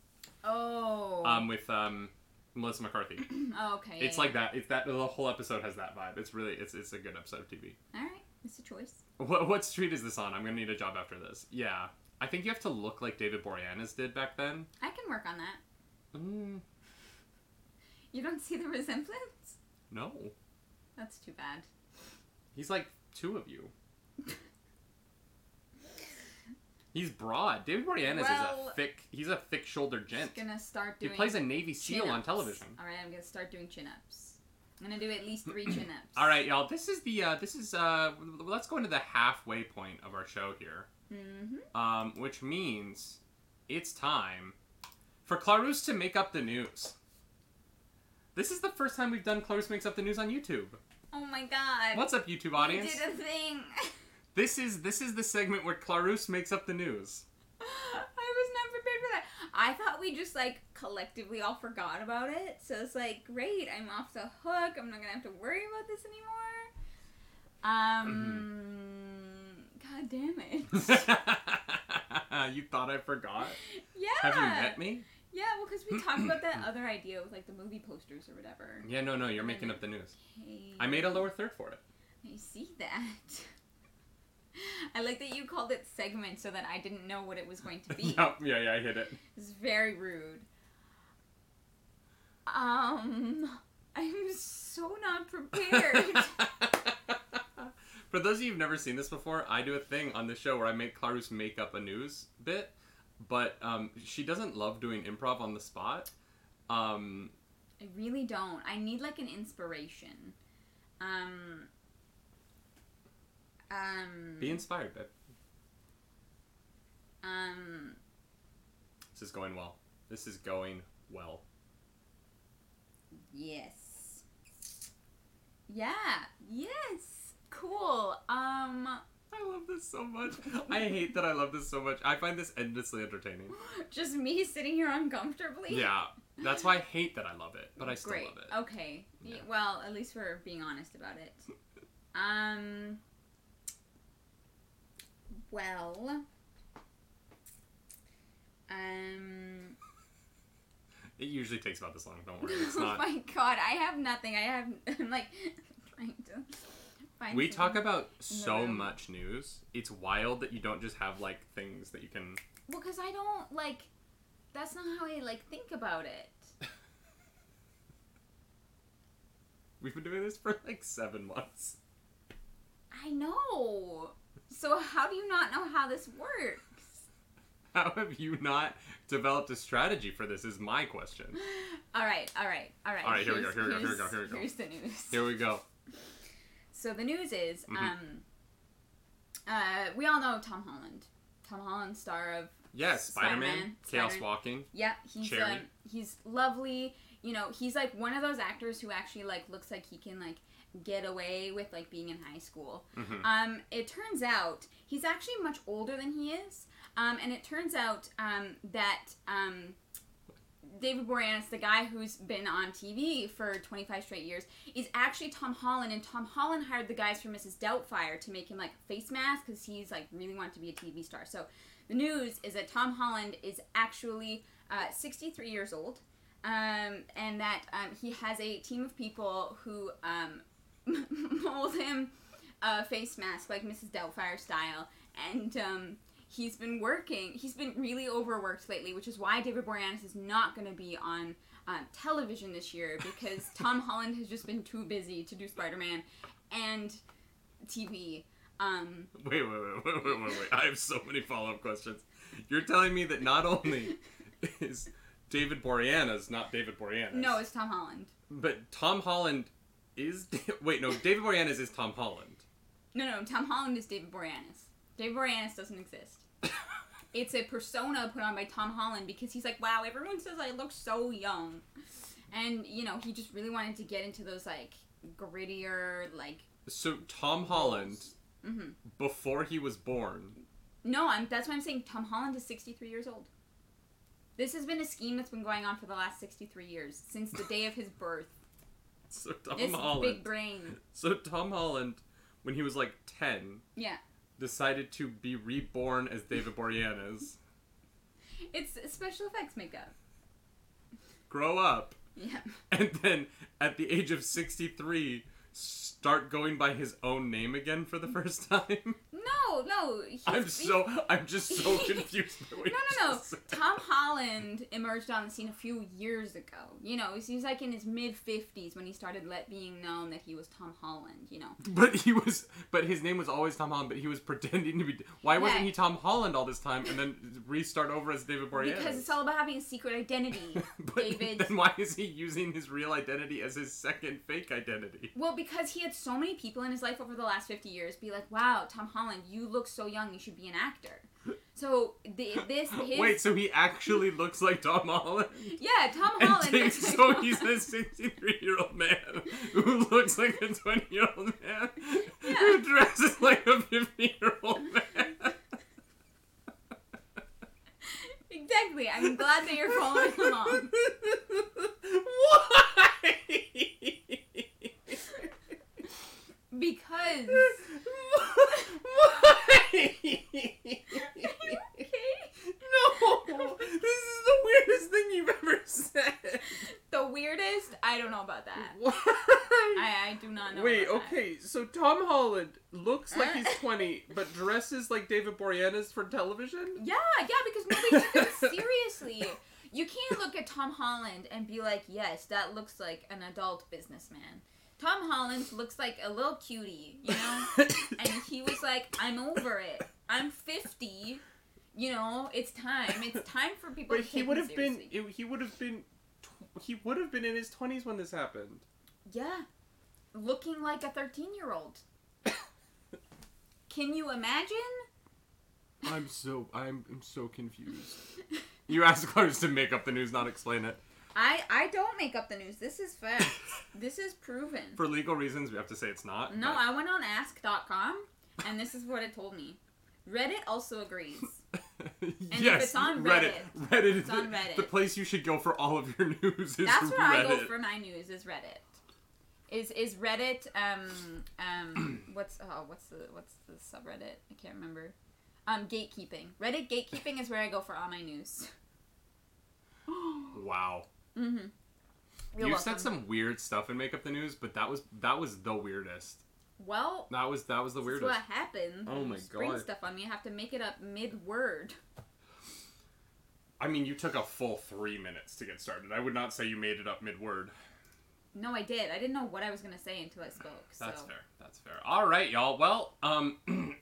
Oh.
Um, with um, Melissa McCarthy.
oh, okay.
It's like that. It's that. The whole episode has that vibe. It's really. It's it's a good episode of TV.
All right, it's a choice.
What what street is this on? I'm gonna need a job after this. Yeah, I think you have to look like David Boreanaz did back then.
I can work on that.
Mm,
You don't see the resemblance?
no,
That's too bad.
he's like two of you. He's broad. David Boreanaz is
Well-
a thick. He's a thick-shouldered gent.
Just gonna start
He
doing.
plays a Navy SEAL on
chin-ups.
television.
All right, I'm gonna start doing chin ups. I'm gonna do at least three chin ups.
All right, y'all. This is the uh, this is uh, w- w- let's go into the halfway point of our show here,
Mm-hmm.
um, which means it's time for Clarus to make up the news. This is the first time we've done Clarus makes up the news on YouTube.
Oh my god.
What's up, YouTube
I
audience?
did a thing.
This is this is the segment where Clarus makes up the news.
I was not prepared for that. I thought we just like collectively all forgot about it. So it's like, great, I'm off the hook. I'm not gonna have to worry about this anymore. Um,
Mm-hmm.
god damn
you
it.
thought I forgot?
yeah.
Have you met me?
Yeah, well, because we talked about that other idea with like the movie posters or whatever.
Yeah, no, no. You're making up the news.
Hey.
I made a lower third for it.
I see that. I like that you called it segment so that I didn't know what it was going to be.
Yep, yeah, yeah. I hit it.
It's very rude. Um, I'm so not prepared.
For those of you who've never seen this before, I do a thing on the show where I make Clarus make up a news bit, but um, she doesn't love doing improv on the spot. Um,
I really don't. I need like an inspiration. Um. Um.
be inspired, babe.
um.
This is going well. This is going well.
Yes. Yeah. Yes. Cool. Um.
I love this so much. I hate that I love this so much. I find this endlessly entertaining.
Just me sitting here uncomfortably.
Yeah, that's why I hate that I love it, but I still
Great.
love it.
Okay. Y-
Yeah.
Well, at least we're being honest about it. Um. Well. Um.
It usually takes about this long. Don't worry, it's not.
oh my god! I have nothing. I have. I'm like trying to find.
We talk
something.
about so
room.
much news. It's wild that you don't just have like things that you can
Well, because I don't like. That's not how I like think about it.
We've been doing this for like seven months.
I know. So how do you not know how this works?
How have you not developed a strategy for this? Is my question.
All right, all right, all right.
All right, here we go,
Here's-
here we go, here we go,
here's-
here we go.
Here's the news.
Here we go.
So the news is,
Mhm.
um, uh, we all know Tom Holland. Tom Holland, star of
Yes, Spider Man,
Spider-Man,
Chaos
Spider-
Walking.
yeah, he's
Cherry.
um, he's lovely. You know, he's like one of those actors who actually like looks like he can like get away with like being in high school.
Mhm.
Um, it turns out he's actually much older than he is. Um, and it turns out um, that um, David Boreanaz, the guy who's been on TV for 25 straight years, is actually Tom Holland. And Tom Holland hired the guys from Mrs. Doubtfire to make him like a face mask because he's like really wanted to be a TV star. So the news is that Tom Holland is actually uh, 63 years old. Um, and that um, he has a team of people who um, mold him a face mask like Mrs. Doubtfire style, and um, he's been working. He's been really overworked lately, which is why David Boreanaz is not going to be on um, television this year because Tom Holland has just been too busy to do Spider Man and TV. Um,
Wait, wait, wait, wait, wait, wait, wait. I have so many follow up questions. You're telling me that not only is David Boreanaz not David Boreanaz,
no, it's Tom Holland.
but Tom Holland is. Wait, no, David Boreanaz is Tom Holland.
No, no, Tom Holland is David Boreanaz. David Boreanaz doesn't exist. it's a persona put on by Tom Holland because he's like, wow, everyone says I look so young. And, you know, he just really wanted to get into those, like, grittier, like,
So Tom Holland,
Mhm.
before he was born,
no, I'm, that's why I'm saying Tom Holland is 63 years old. This has been a scheme that's been going on for the last 63 years, since the day of his birth.
so Tom
This big
Holland,
brain.
so Tom Holland, when he was like ten,
Yeah.
decided to be reborn as David Boreanaz,
It's special effects makeup.
grow up,
Yeah.
and then at the age of sixty three, start going by his own name again for the first time.
No, no. he's-
I'm
he's-
so I'm just so confused. by what
No,
you
no, no.
just said.
Tom Holland emerged on the scene a few years ago. You know, he was like in his mid 50s when he started let being known that he was Tom Holland, you know.
But he was, but his name was always Tom Holland. But he was pretending to be. Why wasn't
Yeah.
he Tom Holland all this time, and then restart over as David Boreanaz?
Because it's all about having a secret identity,
But
David.
Then why is he using his real identity as his second fake identity?
Well, because he had so many people in his life over the last 50 years be like, wow, Tom Holland, you look so young, you should be an actor. So, th- this, his.
Wait, so he actually looks like Tom Holland?
yeah, Tom
And
Holland.
takes-
looks like
so
Tom
he's
Holland.
this 63 year old man who looks like a 20 year old man who dresses like a 50 year old man.
Exactly. I'm glad that you're following along.
Why?
Because.
Why?
Okay?
No! This is the weirdest thing you've ever said.
The weirdest? I don't know about that.
Why?
Uh, I, I do not know.
Wait,
about that. Uh.
okay, so Tom Holland looks like he's 20, but dresses like David Boreanaz for television?
Yeah, yeah, because nobody took him seriously. You can't look at Tom Holland and be like, yes, that looks like an adult businessman. Tom Holland looks like a little cutie, you know? and he was like, I'm over it. I'm 50. You know, it's time. It's time for people
But
to
he
take
would
me
have been,
seriously.
it- he would have been, tw- he would have been in his 20s when this happened.
Yeah. Looking like a 13 year old. Can you imagine?
I'm so, I'm, I'm so confused. You asked Clarence to make up the news, not explain it.
I, I don't make up the news. This is fact. this is proven.
For legal reasons, we have to say it's not.
No,
but-
I went on ask.com and this is what it told me. Reddit also agrees.
yes,
it's on
Reddit, Reddit is
it's on
the,
Reddit.
the place you should go for all of your news. Is
That's where I
Reddit.
go for my news is Reddit. Is is Reddit um um what's oh what's the what's the subreddit? I can't remember. Um gatekeeping. Reddit gatekeeping is where I go for all my news.
Wow.
Mhm. You're
you
welcome.
said some weird stuff in Make Up the News, but that was that was the weirdest.
Well,
That was that was the
That's
weirdest.
what happens.
Oh
You
my
spring
God.
stuff on me. I have to make it up mid word.
I mean, you took a full three minutes to get started. I would not say you made it up mid word.
No, I did. I didn't know what I was gonna say until I spoke. So.
That's fair. That's fair. All right, y'all. Well, um,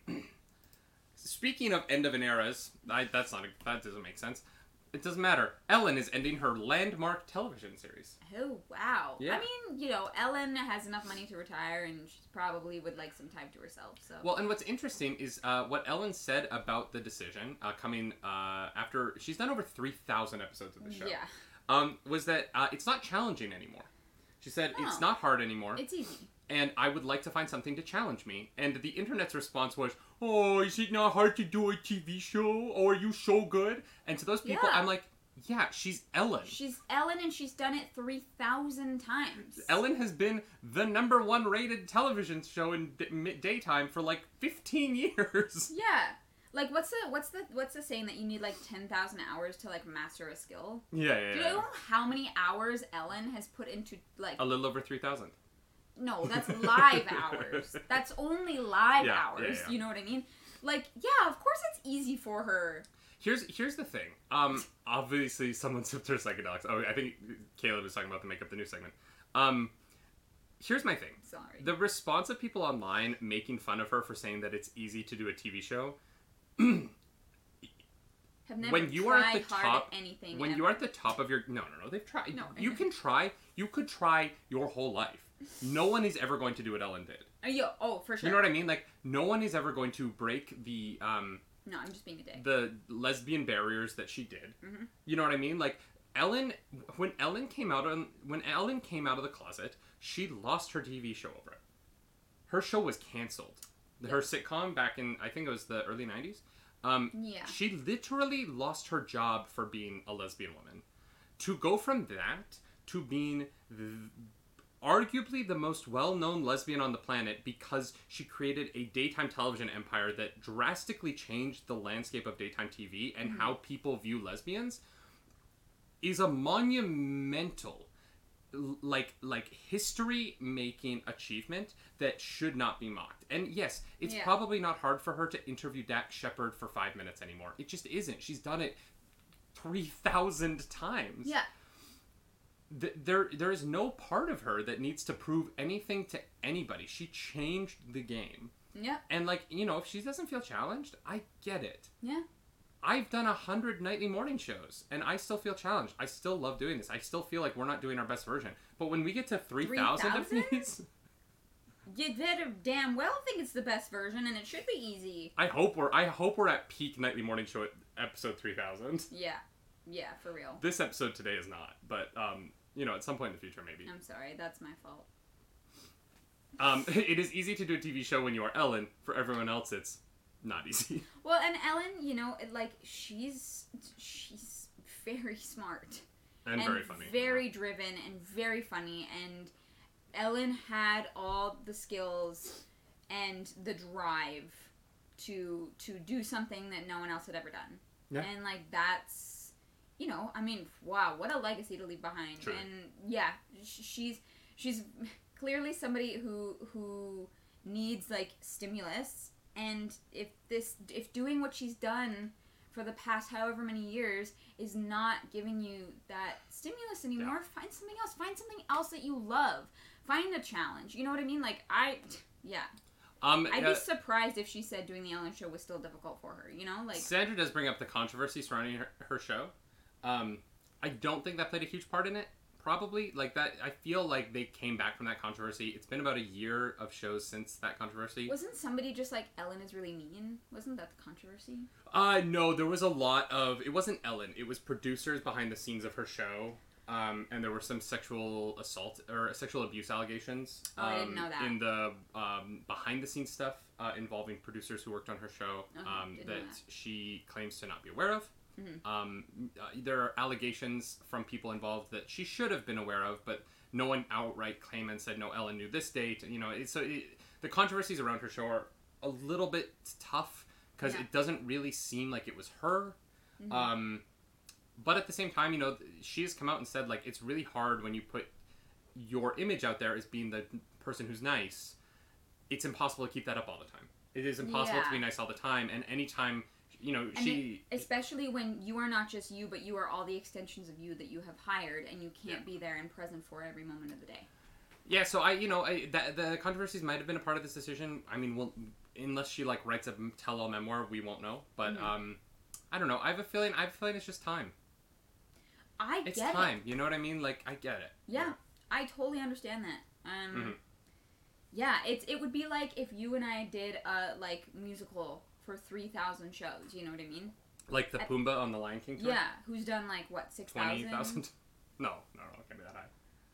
speaking of end of an eras, I, that's not a, that doesn't make sense. It doesn't matter. Ellen is ending her landmark television series.
Oh wow.
Yeah.
I mean, you know, Ellen has enough money to retire, and she probably would like some time to herself. So.
Well, and what's interesting is uh, what Ellen said about the decision uh, coming uh, after she's done over three thousand episodes of the show.
yeah,
Um, was that uh, it's not challenging anymore. She said it's
Oh.
not hard anymore,
it's easy.
and I would like to find something to challenge me. And the internet's response was, "Oh, is it not hard to do a TV show? Oh, are you so good?" And to those people,
Yeah.
I'm like, "Yeah, she's Ellen.
She's Ellen, and she's done it three thousand times.
Ellen has been the number one rated television show in d- mid- daytime for like 15 years."
Yeah. Like what's the what's the what's the saying that you need like ten thousand hours to like master a skill?
yeah, yeah.
Do you
yeah.
know how many hours Ellen has put into like
A little over 3,000.
no, that's live hours. That's only live
Yeah, yeah,
hours.
yeah.
You know what I mean? Like, yeah, of course it's easy for her.
Here's here's the thing. Um, obviously someone sipped their psychedelics. Oh, I think Caleb was talking about the make up the new segment. Um, here's my thing.
Sorry.
The response of people online making fun of her for saying that it's easy to do a TV show.
Have never
when you are
tried
at the
hard
top-
at anything.
when
ever.
you are at the top of your no no no they've tried
No, I
you
know.
can try you could try your whole life. No one is ever going to do what Ellen did.
Are you oh for sure.
You know what I mean? Like no one is ever going to break the um
No, I'm just being a dick.
the lesbian barriers that she did.
Mhm.
You know what I mean? Like Ellen, when Ellen came out on when Ellen came out of the closet, she lost her TV show over it. Her show was canceled. Her sitcom back in I think it was the early '90s. Um,
Yeah.
She literally lost her job for being a lesbian woman. To go from that to being th- arguably the most well-known lesbian on the planet because she created a daytime television empire that drastically changed the landscape of daytime TV and how people view lesbians is a monumental l- like like history making achievement that should not be mocked. And yes, it's
Yeah.
probably not hard for her to interview Dak Shepard for 5 minutes anymore. It just isn't. She's done it 3000 times
Yeah.
th- there there is no part of her that needs to prove anything to anybody. She changed the game.
Yep.
And like, you know, if she doesn't feel challenged, I get it.
Yeah.
I've done a hundred nightly morning shows and I still feel challenged. I still love doing this. I still feel like we're not doing our best version. But when we get to three thousand of
3,000?
these,
You better damn well think it's the best version and it should be easy.
I hope we're I hope we're at peak nightly morning show at episode three thousand.
Yeah. Yeah, for real.
This episode today is not, but um, you know, at some point in the future maybe.
I'm sorry, that's my fault.
Um, it is easy to do a TV show when you are Ellen. For everyone else, it's not easy.
Well, and Ellen, you know, it- like she's she's very smart
and, very funny.
very driven, and very funny. And Ellen had all the skills and the drive to to do something that no one else had ever done.
Yeah.
And like that's, you know, I mean, wow, what a legacy to leave behind.
Truly.
And yeah, sh- she's she's clearly somebody who who needs like stimulus. And if this if doing what she's done for the past however many years is not giving you that stimulus anymore, find something else. Find something else that you love. Find a challenge. You know what I mean? Like I, yeah,
Um,
I'd
uh,
be surprised if she said doing the Ellen show was still difficult for her. You know, like
Sandra does bring up the controversy surrounding her, her show. Um, I don't think that played a huge part in it. Probably like that. I feel like they came back from that controversy. It's been about a year of shows since that controversy.
wasn't somebody just like Ellen is really mean? Wasn't that the controversy?
Uh, no, there was a lot of. It wasn't Ellen. It was producers behind the scenes of her show. Um, and there were some sexual assault or sexual abuse allegations.
Oh, I didn't
um,
know that.
In the um, behind the scenes stuff uh, involving producers who worked on her show
Okay,
um,
didn't
that,
know that.
she claims to not be aware of.
Mhm.
Um, uh, there are allegations from people involved that she should have been aware of, but no one outright claimed and said, no, Ellen knew this date. You know, it, so it, the controversies around her show are a little bit tough because
Yeah.
it doesn't really seem like it was her.
Mhm.
Um, but at the same time, you know, th- she has come out and said like it's really hard when you put your image out there as being the person who's nice. It's impossible to keep that up all the time. It is impossible to
Yeah.
be nice all the time, and anytime you know,
I mean,
she
especially when you are not just you, but you are all the extensions of you that you have hired, and you can't be there and present for every moment of the day.
Yeah, so I, you know, I, that, the controversies might have been a part of this decision. I mean, we'll, unless she like writes a tell-all memoir, we won't know. But
Mhm.
um, I don't know. I have a feeling. I have a feeling it's just time.
I
It's
get it.
time. You know what I mean? Like I get it.
Yeah, I totally understand that. Um,
Mm-hmm.
yeah, it's it would be like if you and I did a like musical for three thousand shows. You know what I mean?
Like the
I-
Pumbaa on the Lion King tour.
Yeah, who's done like what six
Twenty
thousand?
thousand. No, no, no, it can't be that high.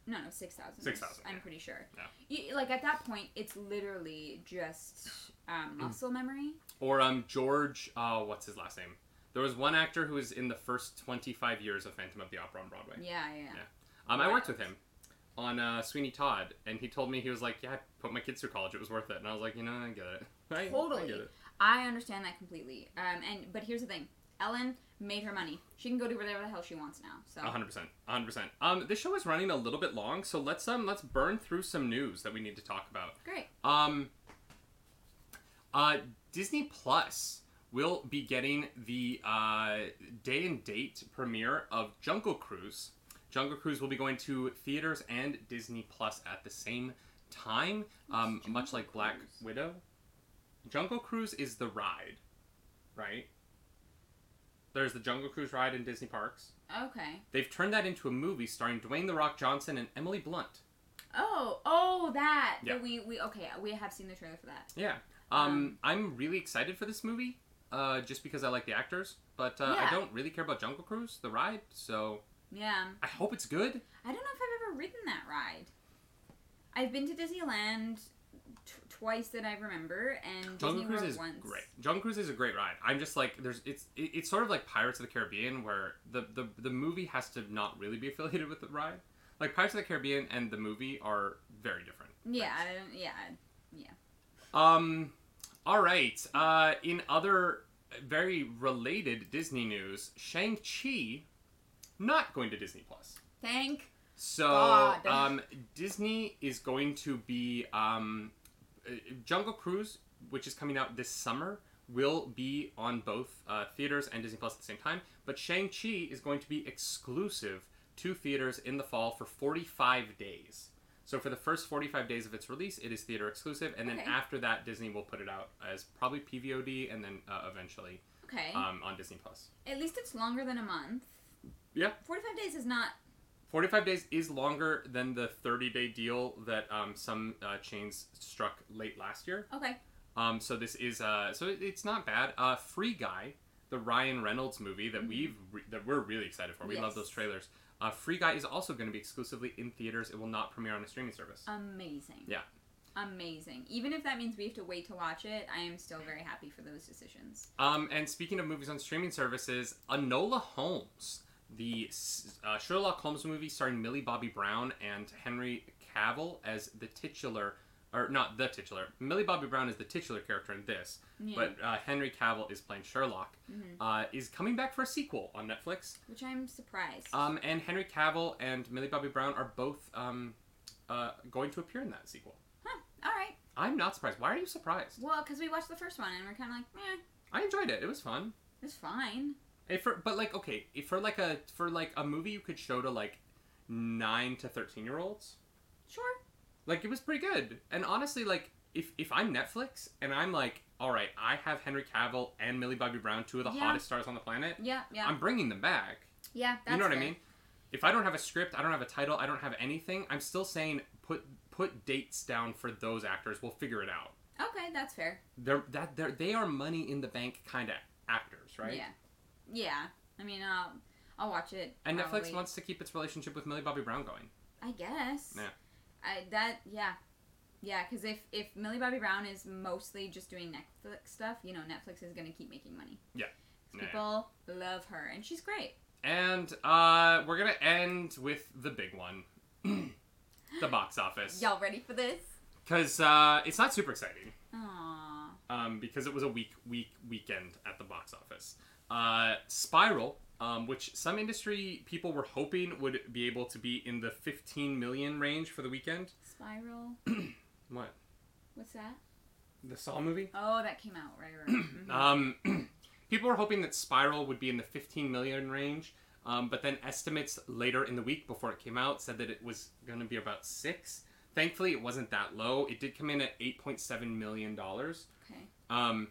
No, no, six thousand.
6,000,
I'm
yeah.
pretty sure.
Yeah.
You, like at that point, it's literally just
Mm.
um, muscle memory.
Or um, George. Uh, what's his last name? There was one actor who was in the first twenty-five years of Phantom of the Opera on Broadway.
Yeah, yeah. yeah.
Yeah. Um, I worked with him on uh, Sweeney Todd, and he told me he was like, "Yeah, I put my kids through college; it was worth it." And I was like, "You know, I get it. I, I
Totally.
get it.
I understand that completely. Um, and but here's the thing, Ellen made her money. She can go do whatever the hell she wants now. So
A hundred percent, A hundred percent." Um, this show is running a little bit long, so let's um let's burn through some news that we need to talk about.
great.
Um, uh, Disney Plus will be getting the uh, day and date premiere of Jungle Cruise. Jungle Cruise will be going to theaters and Disney Plus at the same time, um,
What's
much
Jungle
like Black
Cruise?
Widow. Jungle Cruise is the ride, right? There's the Jungle Cruise ride in Disney parks.
Okay.
They've turned that into a movie starring Dwayne the Rock Johnson and Emily Blunt.
Oh, oh, that.
Yeah.
that we we okay. We have seen the trailer for that.
Yeah. Um,
Um,
I'm really excited for this movie, uh, just because I like the actors, but uh,
Yeah.
I don't really care about Jungle Cruise, the ride. So
Yeah.
I hope it's good.
I don't know if I've ever ridden that ride. I've been to Disneyland t- twice that I remember, and
Jungle
Disney
Cruise
World
is
once.
great. Jungle Cruise is a great ride. I'm just like there's it's it, it's sort of like Pirates of the Caribbean where the, the the movie has to not really be affiliated with the ride. Like Pirates of the Caribbean and the movie are very different.
Yeah, I don't, yeah.
Um, all right. Uh, in other very related Disney news, Shang Chi not going to Disney Plus.
Thank.
So
God.
um, Disney is going to be um, uh, Jungle Cruise, which is coming out this summer, will be on both uh, theaters and Disney Plus at the same time. But Shang Chi is going to be exclusive to theaters in the fall for 45 days. So for the first 45 days of its release, it is theater exclusive, and then
Okay.
after that, Disney will put it out as probably PVOD, and then uh, eventually
Okay.
um, on Disney Plus.
At least it's longer than a month.
Yeah.
Forty-five days is not
45 days is longer than the 30 day deal that um, some uh, chains struck late last year.
okay.
Um, so this is uh, so it- it's not bad. Uh, Free Guy, the Ryan Reynolds movie that we've re- that we're really excited for. We love
Yes.
those trailers. Uh, Free Guy is also going to be exclusively in theaters. It will not premiere on a streaming service.
Amazing.
Yeah.
Amazing. Even if that means we have to wait to watch it, I am still very happy for those decisions.
Um, and speaking of movies on streaming services, Anola Holmes, the s- uh, Sherlock Holmes movie starring Millie Bobby Brown and Henry Cavill as the titular, or not the titular. Millie Bobby Brown is the titular character in this,
Yeah.
but uh, Henry Cavill is playing Sherlock.
Mhm.
Uh, is coming back for a sequel on Netflix.
Which I'm surprised.
Um, and Henry Cavill and Millie Bobby Brown are both um, uh, going to appear in that sequel.
huh. All right.
I'm not surprised. Why are you surprised?
Well, because we watched the first one and we're kind of like, eh,
I enjoyed it. It was fun.
it's fine.
If for, but like okay, if for like a for like a movie you could show to like nine to thirteen year olds,
Sure.
like it was pretty good. And honestly, like if if I'm Netflix and I'm like, all right, I have Henry Cavill and Millie Bobby Brown, two of the
Yeah.
hottest stars on the planet.
Yeah. Yeah.
I'm bringing them back.
yeah. That's
you know what
fair.
I mean? If I don't have a script, I don't have a title, I don't have anything. I'm still saying put put dates down for those actors. We'll figure it out.
Okay, that's fair.
They're that they're they are money in the bank kind of actors, right?
Yeah. Yeah. I mean, I'll I'll watch it.
And Netflix
probably.
wants to keep its relationship with Millie Bobby Brown going.
I guess.
Yeah.
I that yeah. Yeah, because if, if Millie Bobby Brown is mostly just doing Netflix stuff, you know, Netflix is going to keep making money.
Yeah.
'Cause
Yeah.
People love her, and she's great.
And uh, we're gonna end with the big one, the box office,
Y'all ready for this?
because uh, it's not super exciting
Aww.
um, because it was a week week weekend at the box office. Uh, Spiral, um, which some industry people were hoping would be able to be in the 15 million range for the weekend.
Spiral.
What
What's that?
the Saw movie?
Oh, that came out right. right. right. Mhm.
Um, people were hoping that Spiral would be in the 15 million range, um, but then estimates later in the week before it came out said that it was going to be about six. Thankfully, it wasn't that low. It did come in at 8.7 million dollars,
Okay.
um,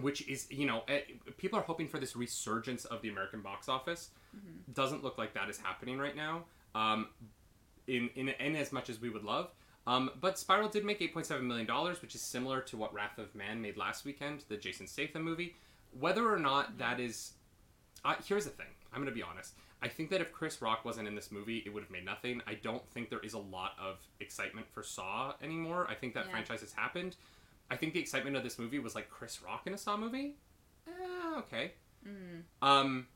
which is you know eh, people are hoping for this resurgence of the American box office. Doesn't look like that is happening right now. Um, in, in in as much as we would love. Um, but Spiral did make eight point seven million dollars, which is similar to what Wrath of Man made last weekend, the Jason Statham movie. Whether or not that is, uh, here's the thing. I'm gonna be honest. I think that if Chris Rock wasn't in this movie, it would have made nothing. I don't think there is a lot of excitement for Saw anymore. I think that
Yeah.
franchise has happened. I think the excitement of this movie was like Chris Rock in a Saw movie. Eh, okay.
Mm.
Um,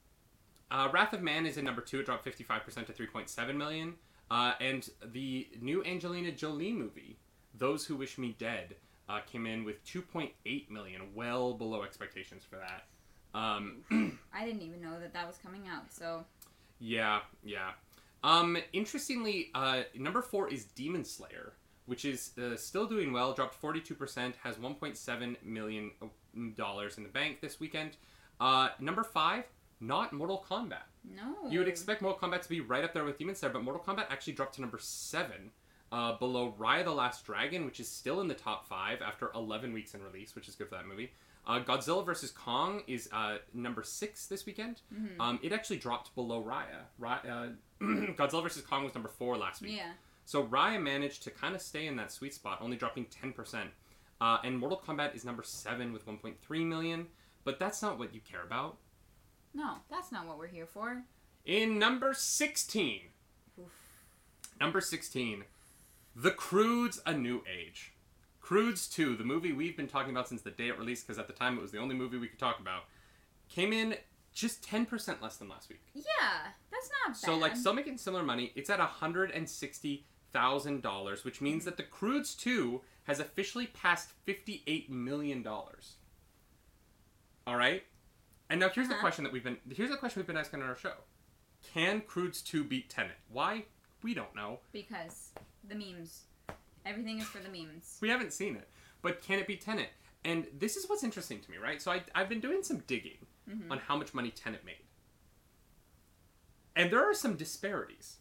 uh, Wrath of Man is in number two. It dropped 55% to 3.7 million. Uh, and the new Angelina Jolie movie, Those Who Wish Me Dead, uh, came in with 2.8 million, well below expectations for that. Um,
I didn't even know that that was coming out. So
yeah, yeah. Um, interestingly, uh, number four is Demon Slayer, which is uh, still doing well. Dropped forty two percent, has one point seven million dollars in the bank this weekend. Uh, number five, not Mortal Kombat.
no.
You would expect Mortal Kombat to be right up there with Demon Slayer, but Mortal Kombat actually dropped to number seven, uh, below Raya the Last Dragon, which is still in the top five after 11 weeks in release, which is good for that movie. Uh, Godzilla vs. Kong is uh, number six this weekend.
Mhm.
Um, it actually dropped below Raya. Raya uh, Godzilla vs. Kong was number four last week.
Yeah.
So Raya managed to kind of stay in that sweet spot, only dropping 10%. Uh, and Mortal Kombat is number seven with 1.3 million, but that's not what you care about.
No, that's not what we're here for.
In number 16,
Oof.
Number 16, The Crude's A New Age. Crude's 2, the movie we've been talking about since the day it released, because at the time it was the only movie we could talk about, came in just 10% less than last week.
Yeah, that's not bad.
So, like, still making similar money. It's at $160,000, which means that The Crude's 2 has officially passed $58 million. All right? And now here's the
Uh-huh.
question that we've been here's the question we've been asking on our show. Can Crude's 2 beat Tenet? Why? We don't know.
because the memes, everything is for the memes.
We haven't seen it, but can it be Tenet? And this is what's interesting to me, right? So I, I've been doing some digging on how much money Tenet made. And there are some disparities.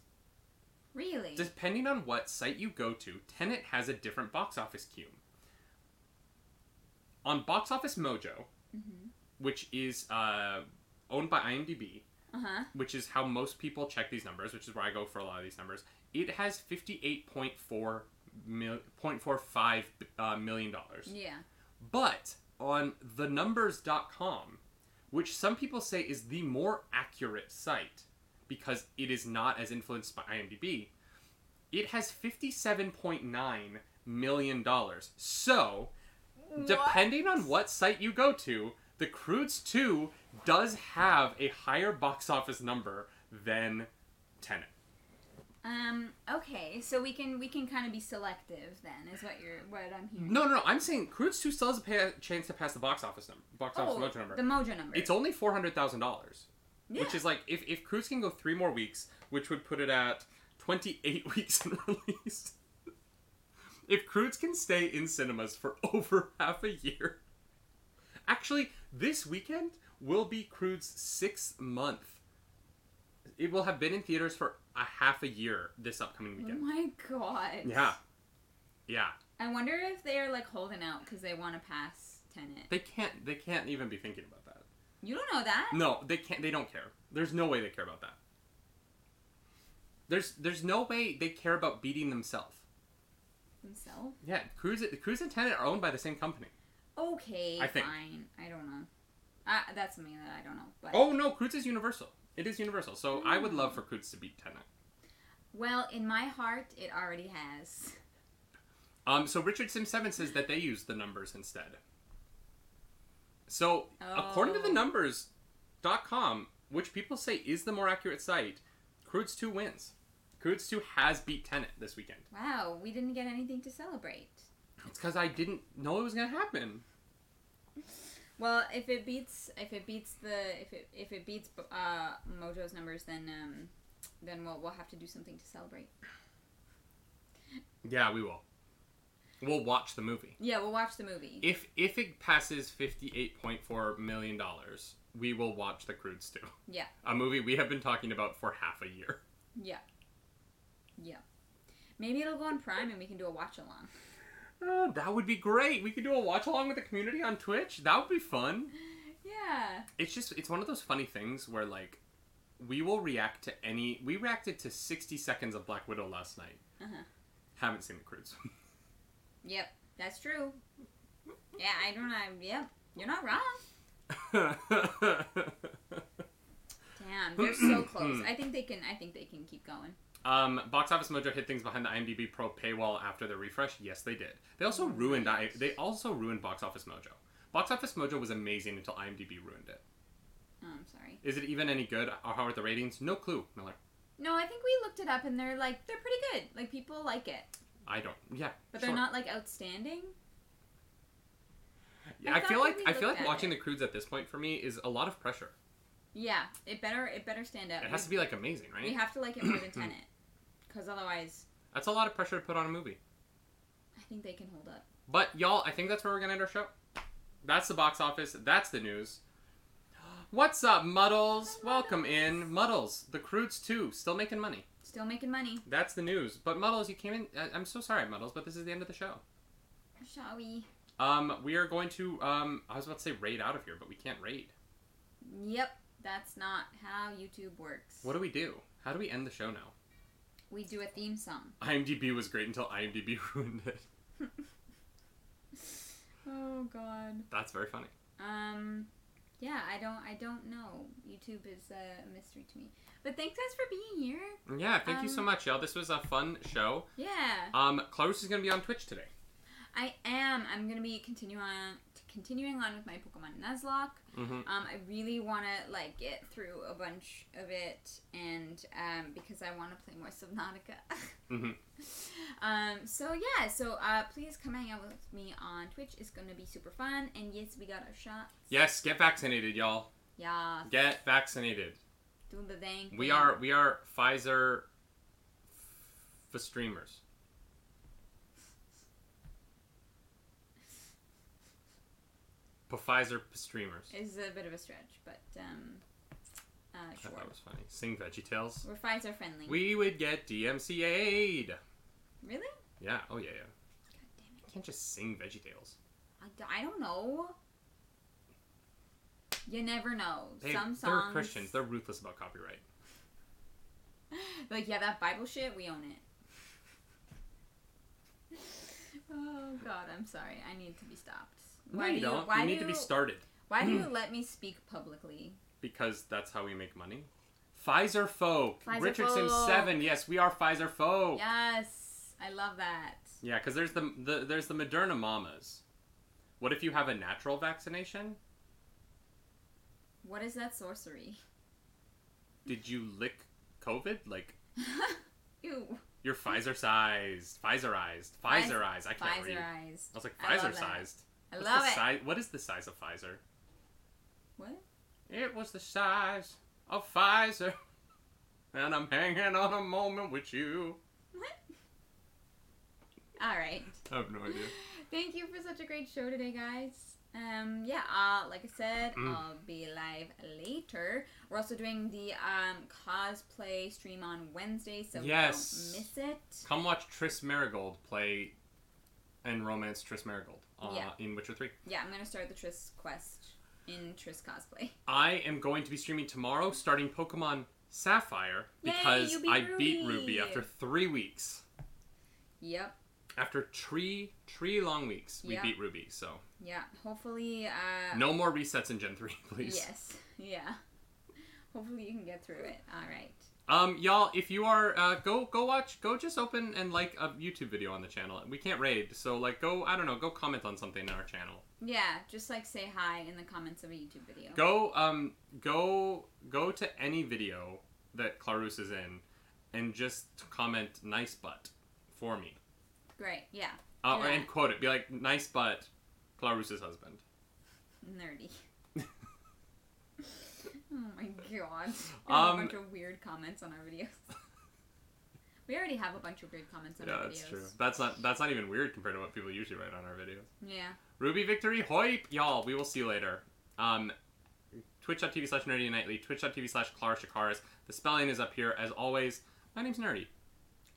Really?
Depending on what site you go to, Tenet has a different box office queue. On Box Office Mojo, which is uh, owned by IMDb,
Uh huh.
which is how most people check these numbers, which is where I go for a lot of these numbers. It has fifty-eight point four mil- point four five uh, million dollars.
Yeah.
But on thenumbers.com, which some people say is the more accurate site because it is not as influenced by IMDb, it has $57.9 million. So, depending on what site you go to, The Crudes 2 does have a higher box office number than Tenet.
Um. Okay. So we can we can kind of be selective then, is what you're what I'm hearing.
No, no, no. I'm saying Crudes 2 still has a pa- chance to pass the box office number, box office
oh,
mojo number.
the Mojo number.
It's only four hundred thousand dollars,
yeah.
which is like if if Cruise can go three more weeks, which would put it at twenty eight weeks in release. If Crudes can stay in cinemas for over half a year, actually, this weekend will be Crude's sixth month. It will have been in theaters for a half a year this upcoming
Oh
weekend.
my god.
Yeah, yeah.
I wonder if they are like holding out because they want to pass Tenet.
They can't. They can't even be thinking about that.
You don't know that.
No, they can't. They don't care. There's no way they care about that. There's there's no way they care about beating themselves.
Themselves.
Yeah, Cruise Cruise and Tenet are owned by the same company.
Okay.
I think.
Fine. I don't know. Uh, that's something that I don't know. But
Oh no, Cruise is Universal. It is Universal. So I would love for Cruise to beat Tenet.
well, in my heart, it already has.
Um, so Richard Sim Seven says that they use the numbers instead. So according to the
Oh.
numbers.com, which people say is the more accurate site, Cruise Two wins. Cruise Two has beat Tenet this weekend.
Wow. We didn't get anything to celebrate.
It's because I didn't know it was gonna happen.
Well, if it beats if it beats the if it if it beats uh, Mojo's numbers, then um, then we'll we'll have to do something to celebrate.
Yeah, we will. We'll watch the movie.
Yeah, we'll watch the movie.
If if it passes fifty eight point four million dollars, we will watch The Crude Stew,
yeah,
a movie we have been talking about for half a year.
yeah, yeah. Maybe it'll go on Prime and we can do a watch along.
Oh, that would be great. We could do a watch along with the community on Twitch. That would be fun.
Yeah.
It's just it's one of those funny things where like we will react to any. We reacted to sixty seconds of Black Widow last night.
Uh-huh.
Haven't seen The Crude Stew.
Yep, that's true. Yeah, I don't know. Yep, you're not wrong. Damn, they're so close. I think they can. I think they can keep going.
um, Box Office Mojo hid things behind the IMDb Pro paywall after the refresh. Yes, they did. They also
Hmm.
ruined. I, they also ruined Box Office Mojo. Box Office Mojo was amazing until IMDb ruined it.
Oh, I'm sorry.
Is it even any good? Or how are the ratings? No clue, Miller.
No, I think we looked it up and they're like they're pretty good. Like people like it,
I don't. Yeah,
but they're
sure.
not like outstanding.
Yeah,
I
I
thought
feel
when
like
we
I feel
looked
like
at
watching the Crudes at this point for me is a lot of pressure.
Yeah, it better it better stand out.
It has to be like amazing, right?
We have to like it more than Tenet, because otherwise,
That's a lot of pressure to put on a movie.
I think they can hold up.
But y'all, I think that's where we're gonna end our show. That's the box office. That's the news. What's up, Muddles?
Hi,
Welcome
Muddles.
in, Muddles. The Crudes too, still making money.
Still making money,
That's the news. But Muddles, you came in. I- I'm so sorry, Muddles, but this is the end of the show.
shall we?
Um, we are going to. Um, I was about to say raid out of here, but we can't raid.
Yep, that's not how YouTube works.
What do we do? How do we end the show now?
we do a theme song.
IMDb was great until IMDb ruined it.
Oh God.
That's very funny.
Um, yeah, I don't I don't know. YouTube is uh, a mystery to me. But thanks guys for being here.
Yeah, thank you so
Um,
much, y'all. This was a fun show.
Yeah.
Um, Clarus is gonna be on Twitch today.
I am. I'm gonna be continuing on, continuing on with my Pokemon Nuzlocke.
Mm-hmm.
Um, I really want to like get through a bunch of it, and um, because I want to play more Subnautica.
Mhm.
Um, so yeah, so uh, please come hang out with me on Twitch. It's gonna be super fun, and yes, we got our shots.
Yes, get vaccinated, y'all.
Yeah,
Get vaccinated.
do the thing.
We are we are Pfizer for streamers. For Pfizer for streamers.
It's a bit of a stretch, but um, uh,
I
sure.
thought that was funny. Sing Veggie Tales.
We're Pfizer friendly.
We would get DMCA'd.
really?
Yeah. Oh yeah. Yeah.
God damn it!
You can't just sing Veggie Tales.
I d- I, don't know. You never know.
They,
Some songs.
they're Christians. They're ruthless about copyright.
Like yeah, that Bible shit, we own it. oh God, I'm sorry. I need to be stopped. Why
no, you
do
don't.
you? Why
you
do
need to be started
Why do you let me speak publicly?
because that's how we make money. Pfizer folk.
Pfizer
Richardson
folk.
seven. Yes, we are Pfizer folk.
Yes, I love that.
Yeah, because there's the, the there's the Moderna mamas. What if you have a natural vaccination?
What is that sorcery?
Did you lick COVID? Like
Ew.
you're Pfizer sized, Pfizerized, Pfizerized. I can't read. I
Pfizerized.
was like
I love
Pfizer
that.
sized.
I love it.
Size, what is the size of Pfizer?
What?
It was the size of Pfizer, and I'm hanging on a moment with you.
All right.
I have no idea.
Thank you for such a great show today, guys. Um, yeah, uh, like I said,
Mm.
I'll be live later. We're also doing the um, cosplay stream on Wednesday, so
Yes.
don't miss it.
Come watch Tris Marigold play and romance Tris Marigold uh,
Yeah.
in Witcher Three.
Yeah, I'm gonna start the Tris quest in Tris cosplay.
I am going to be streaming tomorrow, starting Pokemon Sapphire,
Yay,
because
you beat
I beat
Ruby.
Ruby after three weeks.
Yep.
After three, three long weeks, we
Yeah.
beat Ruby. So
Yeah. Hopefully. Uh,
no more resets in Gen three, please.
Yes. Yeah. Hopefully you can get through it. All right.
Um, y'all, if you are, uh, go go watch, go just open and like a YouTube video on the channel. We can't raid, so like go, I don't know, go comment on something in our channel.
Yeah. Just like say hi in the comments of a YouTube video.
Go um go go to any video that Clarus is in, and just comment nice butt for me.
Great. Yeah.
Uh,
Yeah.
And quote it. Be like, nice butt, Clarus's husband.
Nerdy. oh my god. We have a
Um,
bunch of weird comments on our videos. We already have a bunch of weird comments on
Yeah,
our videos.
that's true. That's not that's not even weird compared to what people usually write on our videos.
Yeah.
Ruby Victory Hoip, y'all. We will see you later. Um, Twitch.tv slash Nerdy Nightly, Twitch.tv slash Clara Shakaris. The spelling is up here as always. My name's Nerdy.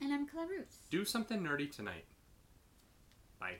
And I'm Claire Roots.
Do something nerdy tonight. Bye.